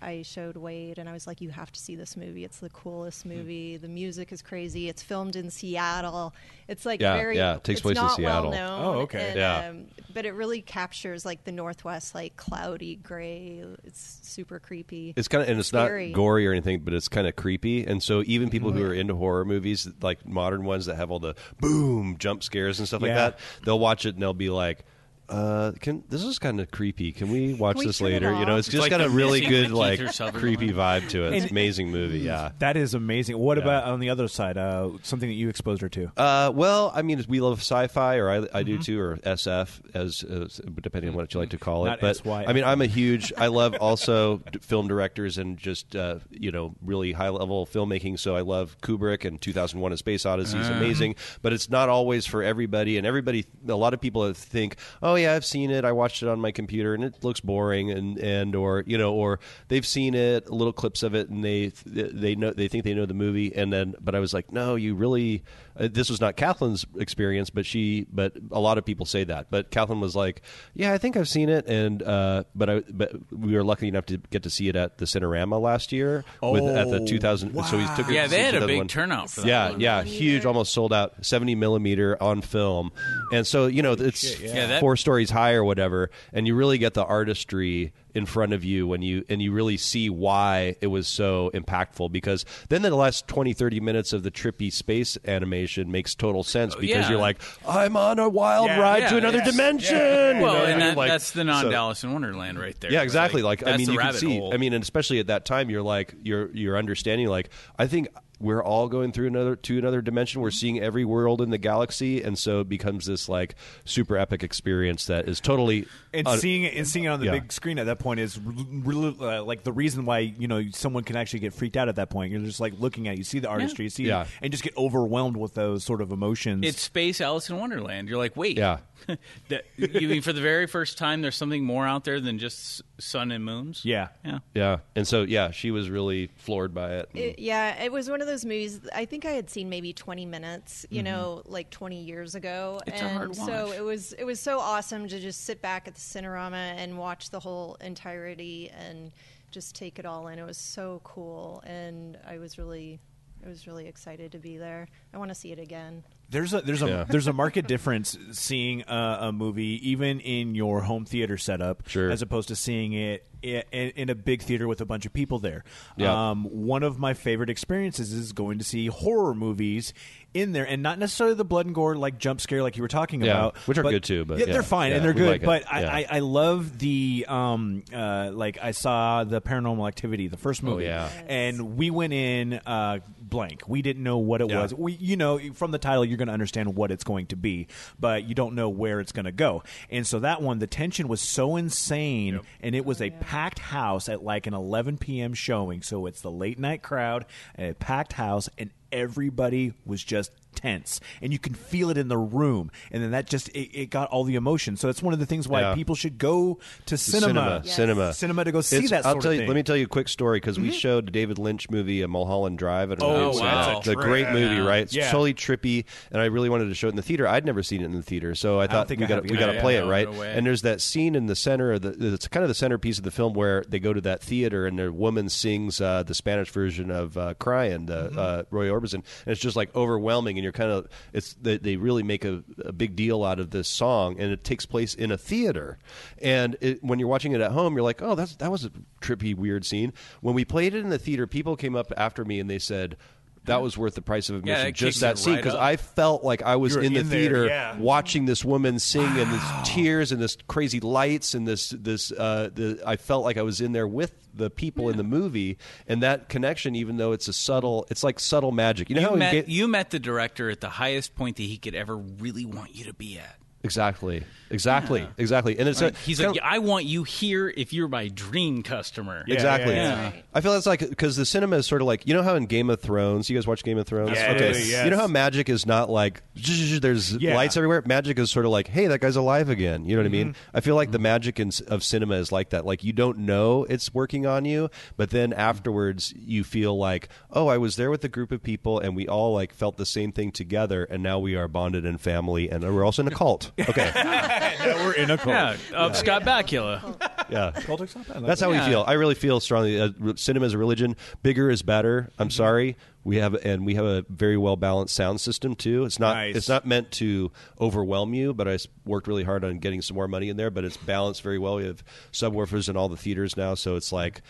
Speaker 4: I showed Wade, and I was like, you have to see this movie. It's the
Speaker 6: Hmm.
Speaker 4: coolest movie. The music is crazy. It's filmed in Seattle. It's like
Speaker 6: Yeah,
Speaker 4: very.
Speaker 6: yeah, it takes
Speaker 4: it's
Speaker 6: place in
Speaker 4: not
Speaker 6: Seattle.
Speaker 4: Well known,
Speaker 3: Oh, okay.
Speaker 4: and,
Speaker 6: Yeah.
Speaker 4: um, but it really captures like the Northwest, like cloudy, gray. It's super creepy.
Speaker 6: It's kind of and it's
Speaker 4: Scary. Mm-hmm.
Speaker 6: not gory or anything, but it's kind of creepy. And so even people who are into horror movies, like modern ones that have all the boom jump scares and stuff
Speaker 3: Yeah.
Speaker 6: like that, they'll watch it and they'll be like, uh, can this is kind of creepy. Can we watch
Speaker 4: Can we
Speaker 6: this
Speaker 4: turn it
Speaker 6: later? You know,
Speaker 4: off?
Speaker 6: it's just
Speaker 1: like
Speaker 6: got
Speaker 1: the
Speaker 6: a really
Speaker 1: missing
Speaker 6: good
Speaker 1: Keith
Speaker 6: like
Speaker 1: or Sutherland.
Speaker 6: creepy vibe to it. It's an amazing movie. Yeah.
Speaker 3: That is amazing. What about on the other side? Uh, something that you exposed her to?
Speaker 6: Uh, well, I mean, we love sci-fi, or I, I do too, or SF, as, as depending on what you like to call it.
Speaker 3: Not
Speaker 6: but
Speaker 3: SYF.
Speaker 6: I mean, I'm a huge. I love also d- film directors and just uh, you know really high level filmmaking. So I love Kubrick and 2001: A Space Odyssey is amazing, but it's not always for everybody. And everybody, a lot of people think, oh yeah, I've seen it. I watched it on my computer, and it looks boring, and and or you know, or they've seen it, little clips of it, and they they know they think they know the movie, and then but I was like, no, you really. Uh, this was not Kathleen's experience, but she, but a lot of people say that. But Kathleen was like, "Yeah, I think I've seen it," and uh, but I, but we were lucky enough to get to see it at the Cinerama last year with at the
Speaker 3: Oh,
Speaker 6: 2000. So we took her
Speaker 1: Yeah,
Speaker 6: to
Speaker 1: they
Speaker 6: see
Speaker 1: had a
Speaker 6: 2001.
Speaker 1: big turnout for that.
Speaker 6: Yeah,
Speaker 1: one.
Speaker 6: yeah,
Speaker 7: millimeter.
Speaker 6: huge, almost sold out, seventy millimeter on film, and so you know it's
Speaker 1: Yeah, that-
Speaker 6: four stories high or whatever, and you really get the artistry in front of you when you and you really see why it was so impactful because then the last 20 30 minutes of the trippy space animation makes total sense because
Speaker 1: Oh, yeah.
Speaker 6: you're like i'm on a wild
Speaker 3: Yeah,
Speaker 6: ride
Speaker 1: yeah,
Speaker 6: to another
Speaker 1: yes.
Speaker 6: dimension You know
Speaker 1: Well,
Speaker 6: what
Speaker 1: and
Speaker 6: I mean?
Speaker 1: that,
Speaker 6: Like,
Speaker 1: that's the non
Speaker 6: so-
Speaker 1: Dallas in Wonderland right there.
Speaker 6: yeah, exactly. Like, I
Speaker 1: that's
Speaker 6: mean,
Speaker 1: the
Speaker 6: you can
Speaker 1: rabbit
Speaker 6: see.
Speaker 1: hole.
Speaker 6: I mean, and especially at that time, you're like you're you're understanding. Like, I think we're all going through another to another dimension. We're seeing every world in the galaxy, and so it becomes this like super epic experience that is totally.
Speaker 3: and
Speaker 6: uh,
Speaker 3: seeing it and seeing it on the
Speaker 6: yeah.
Speaker 3: big screen at that point is r- r- uh, like the reason why you know someone can actually get freaked out at that point. You're just like looking at it, you see the artistry, you see,
Speaker 6: Yeah.
Speaker 3: and just get overwhelmed with those sort of emotions.
Speaker 1: It's Space Alice in Wonderland. You're like, wait,
Speaker 6: Yeah.
Speaker 1: that, you mean for the very first time, there's something more out there than just s- sun and moons?
Speaker 3: Yeah.
Speaker 1: yeah.
Speaker 6: yeah, and so yeah, she was really floored by it.
Speaker 1: Mm.
Speaker 4: It- yeah, it was one of those movies. that I think I had seen maybe 20 minutes, you know, like 20 years ago.
Speaker 1: Mm-hmm. It's a
Speaker 4: and
Speaker 1: hard
Speaker 4: so
Speaker 1: watch.
Speaker 4: it was it was so awesome to just sit back at the Cinerama and watch the whole entirety and just take it all in. It was so cool, and I was really I was really excited to be there. I want to see it again.
Speaker 3: There's a there's a there's a market difference seeing a, a movie even in your home theater setup
Speaker 6: Sure.
Speaker 3: as opposed to seeing it in, in a big theater with a bunch of people there.
Speaker 6: Yeah.
Speaker 3: Um, one of my favorite experiences is going to see horror movies in there, and not necessarily the blood and gore like jump scare like you were talking
Speaker 6: Yeah,
Speaker 3: about,
Speaker 6: which are good too, but
Speaker 3: yeah,
Speaker 6: yeah,
Speaker 3: they're fine
Speaker 6: yeah,
Speaker 3: and they're
Speaker 6: we
Speaker 3: good.
Speaker 6: like it.
Speaker 3: but I,
Speaker 6: Yeah.
Speaker 3: I, I love the um uh like I saw the Paranormal Activity the first movie
Speaker 6: Oh, yeah.
Speaker 3: and we went in uh blank. We didn't know what it
Speaker 6: Yeah.
Speaker 3: was. We you know from the title you're going to understand what it's going to be, but you don't know where it's going to go. And so that one the tension was so insane and it was a packed house at like an 11 p.m. showing. So it's the late night crowd, a packed house and everybody was just tense and you can feel it in the room and then that just it, it got all the emotion so that's one of the things why
Speaker 6: Yeah.
Speaker 3: people should go to cinema
Speaker 6: cinema, cinema,
Speaker 3: Cinema to go see that
Speaker 6: I'll
Speaker 3: sort of
Speaker 6: tell you,
Speaker 3: thing.
Speaker 6: Let me tell you a quick story because we showed the David Lynch movie, uh, Mulholland Drive. I don't know
Speaker 1: Oh,
Speaker 6: if you
Speaker 1: wow.
Speaker 6: saw
Speaker 1: That's
Speaker 6: that.
Speaker 1: a
Speaker 6: the great movie, right? It's
Speaker 3: Yeah.
Speaker 6: totally trippy, and I really wanted to show it in the theater. I'd never seen it in the theater, so I thought
Speaker 3: think
Speaker 6: we
Speaker 3: I
Speaker 6: got
Speaker 3: have
Speaker 6: we
Speaker 3: either.
Speaker 6: got to
Speaker 1: Yeah,
Speaker 6: play it
Speaker 1: no,
Speaker 6: right.
Speaker 1: no way.
Speaker 6: and there's that scene in the center of the it's kind of the centerpiece of the film where they go to that theater and the woman sings uh, the Spanish version of uh, "Crying," the
Speaker 1: Mm-hmm.
Speaker 6: uh, Roy Orbison, and it's just like overwhelming. And you're kind of it's they, they really make a, a big deal out of this song, and it takes place in a theater. And it, when you're watching it at home, you're like, oh, that's that was a trippy, weird scene. When we played it in the theater, people came up after me and they said. That was worth the price of admission.
Speaker 1: that kicks
Speaker 6: just that
Speaker 1: it
Speaker 6: scene,
Speaker 1: right
Speaker 6: because
Speaker 1: up.
Speaker 6: I felt like I was
Speaker 3: You were
Speaker 6: in the
Speaker 3: in there,
Speaker 6: theater
Speaker 3: yeah.
Speaker 6: watching this woman sing and this tears and this crazy lights and this this uh, the, I felt like I was in there with the people in the movie and that connection even though it's a subtle it's like subtle magic you know
Speaker 1: You,
Speaker 6: how in
Speaker 1: met,
Speaker 6: ga-
Speaker 1: you met the director at the highest point that he could ever really want you to be at.
Speaker 6: exactly exactly exactly and it's
Speaker 1: Like,
Speaker 6: a,
Speaker 1: he's
Speaker 6: kind
Speaker 1: like,
Speaker 6: of-
Speaker 1: I want you here if you're my dream customer.
Speaker 6: Exactly.
Speaker 3: yeah,
Speaker 1: yeah. That's right.
Speaker 6: I feel that's like because the cinema is sort of like you know how in Game of Thrones you guys watch Game of Thrones.
Speaker 3: Absolutely,
Speaker 6: okay.
Speaker 3: yes.
Speaker 6: You know how magic is not like zzz, there's
Speaker 3: Yeah.
Speaker 6: lights everywhere. Magic is sort of like hey that guy's alive again. You know what I mean?
Speaker 3: Mm-hmm.
Speaker 6: I feel like the magic in, of cinema is like that. Like you don't know it's working on you, but then afterwards you feel like oh I was there with a group of people and we all like felt the same thing together and now we are bonded in family and we're also in a cult. Okay.
Speaker 3: we're in a cult.
Speaker 1: Yeah, of Scott Bakula.
Speaker 6: yeah.
Speaker 3: Cultic's not bad.
Speaker 6: That's how
Speaker 1: Yeah.
Speaker 6: we feel. I really feel strongly. Uh, re- cinema is a religion. Bigger is better. I'm
Speaker 1: Mm-hmm.
Speaker 6: sorry. We have and we have a very well balanced sound system too. It's not
Speaker 3: Nice.
Speaker 6: it's not meant to overwhelm you, but I s- worked really hard on getting some more money in there. But it's balanced very well. We have subwoofers in all the theaters now, so it's like.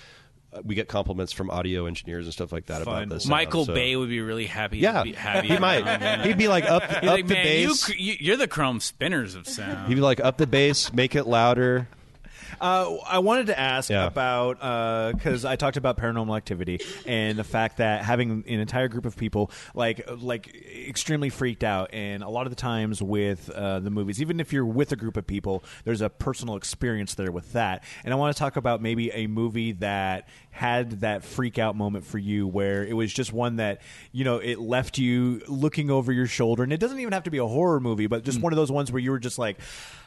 Speaker 6: uh, we get compliments from audio engineers and stuff like that
Speaker 3: Fun.
Speaker 6: about this.
Speaker 1: Michael Bay would be really happy.
Speaker 6: Yeah,
Speaker 1: to be, have
Speaker 6: he
Speaker 1: you
Speaker 6: might.
Speaker 1: around, yeah.
Speaker 6: He'd be like up,
Speaker 1: He's
Speaker 6: up
Speaker 1: like,
Speaker 6: the
Speaker 1: man, you,
Speaker 6: bass.
Speaker 1: cr- you, you're the chrome spinners of sound.
Speaker 6: He'd be like up the bass, make it louder.
Speaker 3: Uh, I wanted to ask
Speaker 6: Yeah.
Speaker 3: about because I talked about paranormal activity and the fact that having an entire group of people like like extremely freaked out, and a lot of the times with uh, the movies, even if you're with a group of people, there's a personal experience there with that. And I want to talk about maybe a movie that had that freak out moment for you, where it was just one that you know it left you looking over your shoulder, and it doesn't even have to be a horror movie, but just one of those ones where you were just like,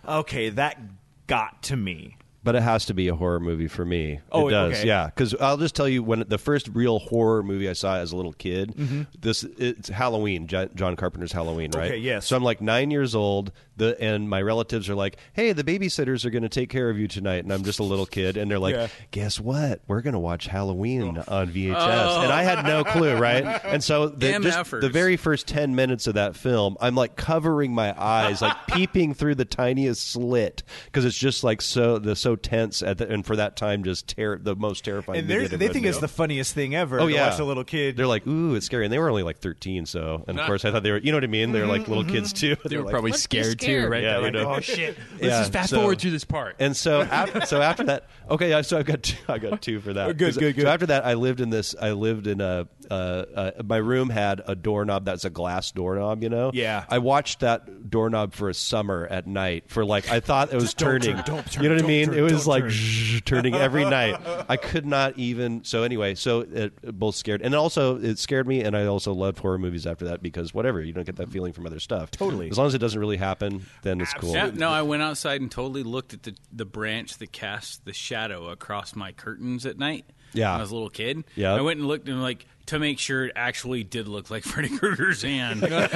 Speaker 3: okay, that got to me.
Speaker 6: But it has to be a horror movie for me.
Speaker 3: Oh,
Speaker 6: it does,
Speaker 3: okay.
Speaker 6: yeah. Because I'll just tell you when the first real horror movie I saw as a little kid. This it's Halloween, Jo- John Carpenter's Halloween, right?
Speaker 3: Mm-hmm. Okay, yes.
Speaker 6: So I'm like nine years old, the and my relatives are like, "Hey, the babysitters are going to take care of you tonight," and I'm just a little kid, and they're like,
Speaker 3: Yeah. Oh.
Speaker 6: "Guess what? We're going to watch Halloween on VHS," and I had no clue, right? And so the,
Speaker 1: Damn
Speaker 6: just
Speaker 1: heifers.
Speaker 6: the very first ten minutes of that film, I'm like covering my eyes, like peeping through the tiniest slit because it's just like so the so tense at the, and for that time just ter- the most terrifying.
Speaker 3: and
Speaker 6: thing
Speaker 3: they're-
Speaker 6: that it
Speaker 3: they
Speaker 6: would
Speaker 3: think it's
Speaker 6: do.
Speaker 3: the funniest thing ever.
Speaker 6: Oh
Speaker 3: to
Speaker 6: yeah,
Speaker 3: watch a little kid. Uh,
Speaker 6: They're like, ooh, it's scary, and they were only like 13, so and of course I thought they were, you know what I mean? They're
Speaker 3: mm-hmm,
Speaker 6: like little kids too.
Speaker 2: They
Speaker 6: They're
Speaker 2: were
Speaker 6: like,
Speaker 2: probably
Speaker 7: "Let's be
Speaker 2: scared, too,
Speaker 7: scared."
Speaker 2: right? They're
Speaker 6: Yeah, you
Speaker 2: like,
Speaker 6: know.
Speaker 2: oh shit! Let's
Speaker 6: Yeah,
Speaker 2: just fast
Speaker 6: so-
Speaker 2: forward to this part.
Speaker 6: And so after, so after that, okay, I- so I've got two, I got two for that.
Speaker 3: Good, good, good.
Speaker 6: So after that, I lived in this. I lived in a. Uh, uh, my room had a doorknob that's a glass doorknob. You know.
Speaker 3: Yeah.
Speaker 6: I watched that doorknob for a summer at night. For like, I thought it was
Speaker 3: don't
Speaker 6: turning.
Speaker 3: turn, don't turn,
Speaker 6: you know what
Speaker 3: don't
Speaker 6: I mean?
Speaker 3: turn,
Speaker 6: it
Speaker 3: don't
Speaker 6: was like
Speaker 3: turn.
Speaker 6: zzzz, turning every night. I could not even. So anyway, so it, it both scared and also it scared me, and I also loved horror movies after that because whatever you don't get that feeling from other stuff.
Speaker 3: Totally.
Speaker 6: As long as it doesn't really happen, then it's cool.
Speaker 1: Yeah, no, I went outside and totally looked at the, the branch that cast the shadow across my curtains at night.
Speaker 6: Yeah.
Speaker 1: When I was a little kid.
Speaker 6: Yeah.
Speaker 1: I went and looked and, like, to make sure it actually did look like Freddy Krueger's hand. Like,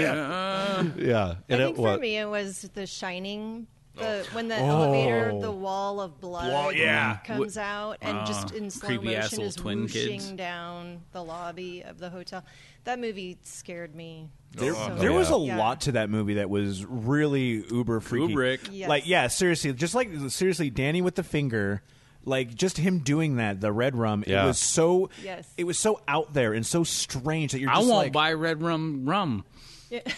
Speaker 6: Yeah. And
Speaker 4: I think
Speaker 6: it was.
Speaker 4: for me it was The Shining. The, when the elevator, the wall of blood
Speaker 3: Oh. Wall- yeah. Ah.
Speaker 4: comes out, and just in slow
Speaker 1: creepy ass
Speaker 4: motion
Speaker 1: little
Speaker 4: is
Speaker 1: twin
Speaker 4: whooshing
Speaker 1: kids.
Speaker 4: down the lobby of the hotel. That movie scared me.
Speaker 3: There,
Speaker 4: so
Speaker 3: there was a
Speaker 4: much. Yeah.
Speaker 3: lot to that movie that was really uber freaky.
Speaker 1: Kubrick.
Speaker 4: Yes.
Speaker 3: Like, yeah, seriously, just like seriously, Danny with the finger. Like just him doing that, the red rum.
Speaker 6: Yeah.
Speaker 3: It was so.
Speaker 4: Yes.
Speaker 3: It was so out there and so strange that you're.
Speaker 1: I
Speaker 3: Just
Speaker 1: won't
Speaker 3: like,
Speaker 1: buy red rum rum.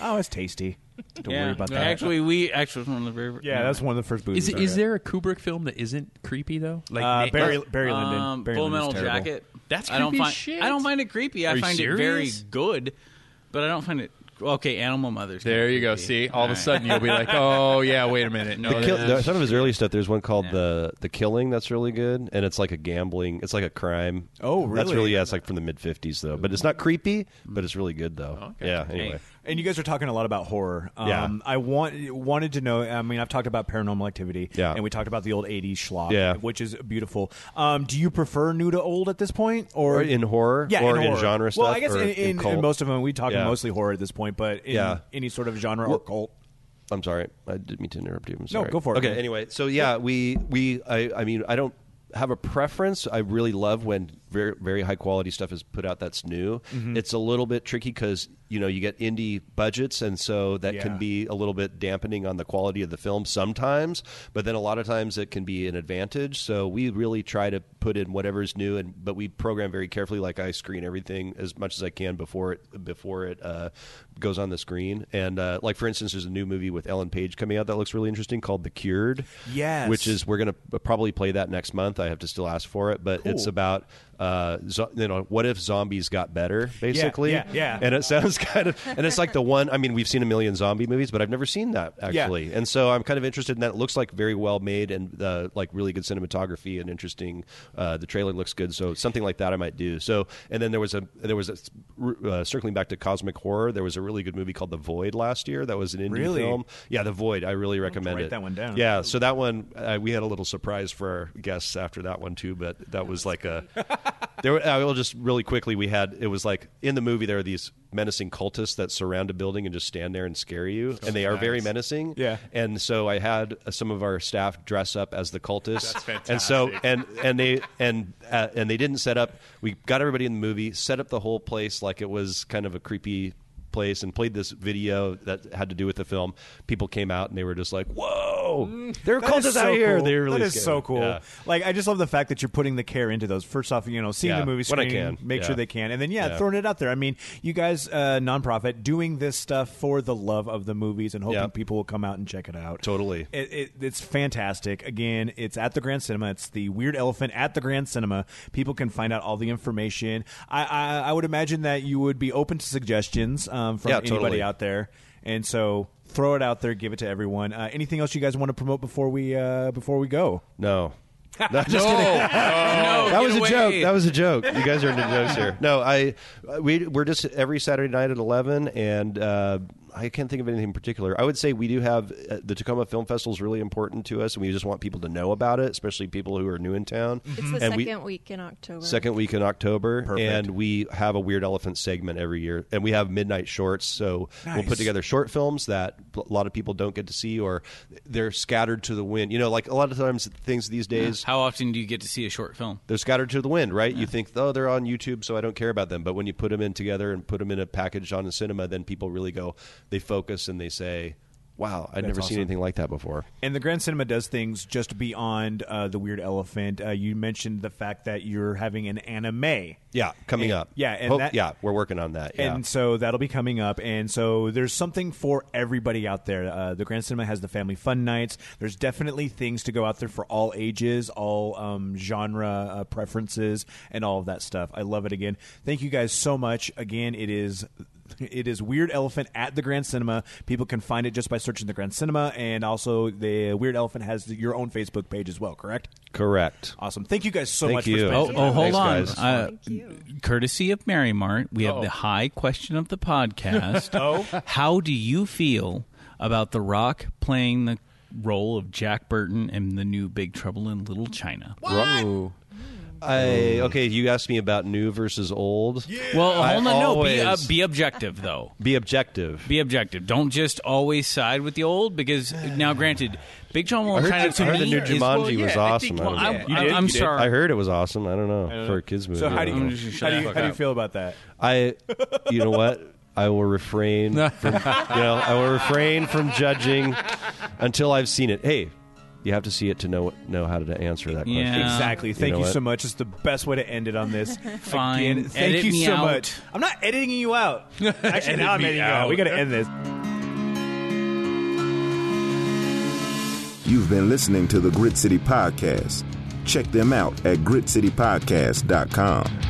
Speaker 3: Oh, it's tasty. Don't
Speaker 1: Yeah.
Speaker 3: worry about that.
Speaker 1: Actually, we actually it was one of the very
Speaker 3: yeah, that's one of the first booze.
Speaker 2: Is it, is there a Kubrick film that isn't creepy though? Like
Speaker 3: Uh,
Speaker 2: na-
Speaker 3: Barry Barry Lyndon.
Speaker 1: Um,
Speaker 3: Barry
Speaker 1: Full
Speaker 3: Lyndon's
Speaker 1: Metal
Speaker 3: terrible.
Speaker 1: Jacket.
Speaker 2: That's
Speaker 1: I don't
Speaker 2: creepy
Speaker 1: find.
Speaker 2: as shit.
Speaker 1: I don't find it creepy. I
Speaker 2: Are you
Speaker 1: find it very
Speaker 2: serious?
Speaker 1: good, but I don't find it okay. Animal Mothers.
Speaker 2: There you go.
Speaker 1: creepy.
Speaker 2: See, all of a
Speaker 1: right.
Speaker 2: sudden you'll be like, "Oh yeah, wait a minute." No,
Speaker 6: The kill,
Speaker 2: that's-
Speaker 6: there- some of his early stuff. There's one called the the Killing that's really good, and it's like a gambling. It's like a crime.
Speaker 3: Oh,
Speaker 6: That's
Speaker 3: really?
Speaker 6: really yeah. It's like from the mid '50s though, but it's not creepy, but it's really good though. Yeah. Anyway,
Speaker 3: And you guys are talking a lot about horror. Um,
Speaker 6: Yeah.
Speaker 3: I want wanted to know. I mean, I've talked about paranormal activity.
Speaker 6: Yeah.
Speaker 3: And we talked about the old '80s schlock.
Speaker 6: Yeah.
Speaker 3: Which is beautiful. Um, do you prefer new to old at this point, or,
Speaker 6: or in horror,
Speaker 3: yeah,
Speaker 6: or
Speaker 3: in,
Speaker 6: in,
Speaker 3: horror.
Speaker 6: genre stuff.
Speaker 3: Well, I guess
Speaker 6: or
Speaker 3: in,
Speaker 6: in
Speaker 3: in,
Speaker 6: cult.
Speaker 3: in most of them we talk
Speaker 6: Yeah.
Speaker 3: mostly horror at this point, but in
Speaker 6: Yeah.
Speaker 3: any sort of genre or cult.
Speaker 6: I'm sorry. I didn't mean to interrupt you. I'm
Speaker 3: No,
Speaker 6: sorry.
Speaker 3: go for it,
Speaker 6: Okay.
Speaker 3: man.
Speaker 6: Anyway, so yeah, we we I I mean I don't have a preference. I really love when very very high quality stuff is put out that's new.
Speaker 3: Mm-hmm.
Speaker 6: It's a little bit tricky because you know you get indie budgets, and so that
Speaker 3: Yeah.
Speaker 6: can be a little bit dampening on the quality of the film sometimes. But then a lot of times it can be an advantage. So we really try to put in whatever's new, and but we program very carefully. Like I screen everything as much as I can before it before it uh, goes on the screen. And uh, like for instance, there's a new movie with Ellen Page coming out that looks really interesting called The Cured.
Speaker 3: Yes.
Speaker 6: which is we're gonna uh, probably play that next month. I have to still ask for it, but it's about uh, zo- you know what if zombies got better basically.
Speaker 3: yeah, yeah.
Speaker 6: And it sounds kind of and it's like the one. I mean, we've seen a million zombie movies, but I've never seen that actually. And so I'm kind of interested in that. It looks like very well made and uh, like really good cinematography and interesting. Uh, the trailer looks good, so something like that I might do. So and then there was a there was a uh, circling back to cosmic horror. There was a really good movie called The Void last year. That was an indie
Speaker 3: Really?
Speaker 6: film. Yeah, The Void. I really recommend
Speaker 3: write
Speaker 6: it.
Speaker 3: that one down.
Speaker 6: Yeah, yeah, so that one uh, we had a little surprise for our guests after that one too, but that was like a. There, were- I will just really quickly. We had it was like in the movie there are these menacing cultists that surround a building and just stand there and scare you, and they are very menacing.
Speaker 3: Yeah.
Speaker 6: and so I had uh, some of our staff dress up as the cultists. That's fantastic. And so and and they and uh, and they didn't set up. We got everybody in the movie, set up the whole place like it was kind of a creepy place and played this video that had to do with the film. People came out and they were just like, "Whoa, there are
Speaker 3: Mm, That is
Speaker 6: cultists out
Speaker 3: so
Speaker 6: here!"
Speaker 3: cool.
Speaker 6: They were really
Speaker 3: that is
Speaker 6: scared.
Speaker 3: so cool.
Speaker 6: Yeah.
Speaker 3: Like I just love the fact that you're putting the care into those. First off, you know, seeing
Speaker 6: Yeah,
Speaker 3: the movie
Speaker 6: when I
Speaker 3: screen,
Speaker 6: can.
Speaker 3: make
Speaker 6: Yeah.
Speaker 3: sure they can, and then yeah,
Speaker 6: Yeah.
Speaker 3: throwing it out there. I mean, you guys, uh, nonprofit, doing this stuff for the love of the movies and hoping
Speaker 6: Yeah.
Speaker 3: people will come out and check it out.
Speaker 6: Totally.
Speaker 3: It, it, it's fantastic. Again, it's at the Grand Cinema. It's the Weird Elephant at the Grand Cinema. People can find out all the information. I I, I would imagine that you would be open to suggestions um, from
Speaker 6: Yeah,
Speaker 3: anybody
Speaker 6: totally.
Speaker 3: out there, and so throw it out there, give it to everyone. Uh, anything else you guys want to promote before we uh, before we go?
Speaker 6: No. No, just
Speaker 2: No.
Speaker 6: kidding.
Speaker 2: No,
Speaker 6: that
Speaker 2: get
Speaker 6: was
Speaker 2: away.
Speaker 6: a joke. That was a joke. You guys are into jokes here. No, I we we're just every Saturday night at eleven, and uh, I can't think of anything in particular. I would say we do have uh, the Tacoma Film Festival is really important to us, and we just want people to know about it, especially people who are new in town.
Speaker 4: It's the
Speaker 6: and we-
Speaker 4: second week in October.
Speaker 6: Second week in October,
Speaker 3: Perfect.
Speaker 6: and we have a Weird Elephant segment every year, and we have midnight shorts. So we'll
Speaker 3: Nice.
Speaker 6: put together short films that a lot of people don't get to see, or they're scattered to the wind. You know, like a lot of times things these days
Speaker 1: How often do you get to see a short film?
Speaker 6: they're scattered to the wind, right? You think, oh, they're on YouTube, so I don't care about them. But when you put them in together and put them in a package on a cinema, then people really go, they focus and they say, wow, I've never
Speaker 3: awesome.
Speaker 6: seen anything like that before.
Speaker 3: And the Grand Cinema does things just beyond uh, the Weird Elephant. Uh, you mentioned the fact that you're having an anime.
Speaker 6: Yeah, coming
Speaker 3: And-
Speaker 6: up.
Speaker 3: yeah, and that-
Speaker 6: yeah, we're working on that. Yeah.
Speaker 3: And so that'll be coming up. And so there's something for everybody out there. Uh, the Grand Cinema has the family fun nights. There's definitely things to go out there for all ages, all um, genre uh, preferences, and all of that stuff. I love it again. Thank you guys so much. Again, it is. It is Weird Elephant at the Grand Cinema. People can find it just by searching the Grand Cinema, and also the Weird Elephant has your own Facebook page as well. Correct?
Speaker 6: Correct.
Speaker 3: Awesome. Thank you guys so
Speaker 6: Thank
Speaker 3: much.
Speaker 6: you.
Speaker 3: For spending
Speaker 1: Oh,
Speaker 3: some
Speaker 1: oh,
Speaker 3: time.
Speaker 1: hold
Speaker 6: Thanks,
Speaker 1: on.
Speaker 6: guys. Oh.
Speaker 1: Uh,
Speaker 4: Thank you.
Speaker 1: courtesy of Mary Mart, we have
Speaker 2: Uh-oh.
Speaker 1: the high question of the podcast. oh, how do you feel about The Rock playing the role of Jack Burton in the new Big Trouble in Little China?
Speaker 2: Ooh.
Speaker 3: Oh.
Speaker 6: I, okay, you asked me about new versus old.
Speaker 1: Well,
Speaker 6: I
Speaker 1: hold on. No, be, uh,
Speaker 6: always-
Speaker 1: be objective though.
Speaker 6: Be objective.
Speaker 1: Be objective. Don't just always side with the old because uh, now, granted, Big Trouble
Speaker 6: I
Speaker 1: in
Speaker 6: heard,
Speaker 1: China to
Speaker 6: I heard the
Speaker 1: me
Speaker 6: new
Speaker 1: is-
Speaker 6: Jumanji
Speaker 2: well, yeah,
Speaker 6: was
Speaker 2: I
Speaker 6: awesome.
Speaker 2: think-
Speaker 6: I,
Speaker 2: well,
Speaker 6: don't know.
Speaker 1: I'm,
Speaker 2: You
Speaker 1: I'm,
Speaker 2: did?
Speaker 1: I'm
Speaker 2: You did?
Speaker 1: sorry.
Speaker 6: I heard it was awesome. I don't know, for a kids movie.
Speaker 3: So how
Speaker 6: I
Speaker 3: do
Speaker 6: don't
Speaker 3: you,
Speaker 6: know.
Speaker 1: just
Speaker 3: how
Speaker 1: shut
Speaker 3: do
Speaker 1: the
Speaker 3: you,
Speaker 1: fuck
Speaker 3: how do you
Speaker 1: up.
Speaker 3: feel about that?
Speaker 6: I, you know what? I will refrain. From, you know, I will refrain from judging until I've seen it. Hey, you have to see it to know know how to answer that question.
Speaker 1: Yeah.
Speaker 3: Exactly.
Speaker 6: You
Speaker 3: Thank
Speaker 6: know
Speaker 3: you
Speaker 6: what?
Speaker 3: so much. It's the best way to end it on this.
Speaker 1: Fine.
Speaker 3: Again, thank
Speaker 1: Edit
Speaker 3: you
Speaker 1: me
Speaker 3: so
Speaker 1: out.
Speaker 3: much. I'm not editing you out. Actually, now I'm
Speaker 2: me
Speaker 3: editing you out.
Speaker 2: out.
Speaker 3: We got to end this.
Speaker 8: You've been listening to the Grit City Podcast. Check them out at gritcitypodcast.com.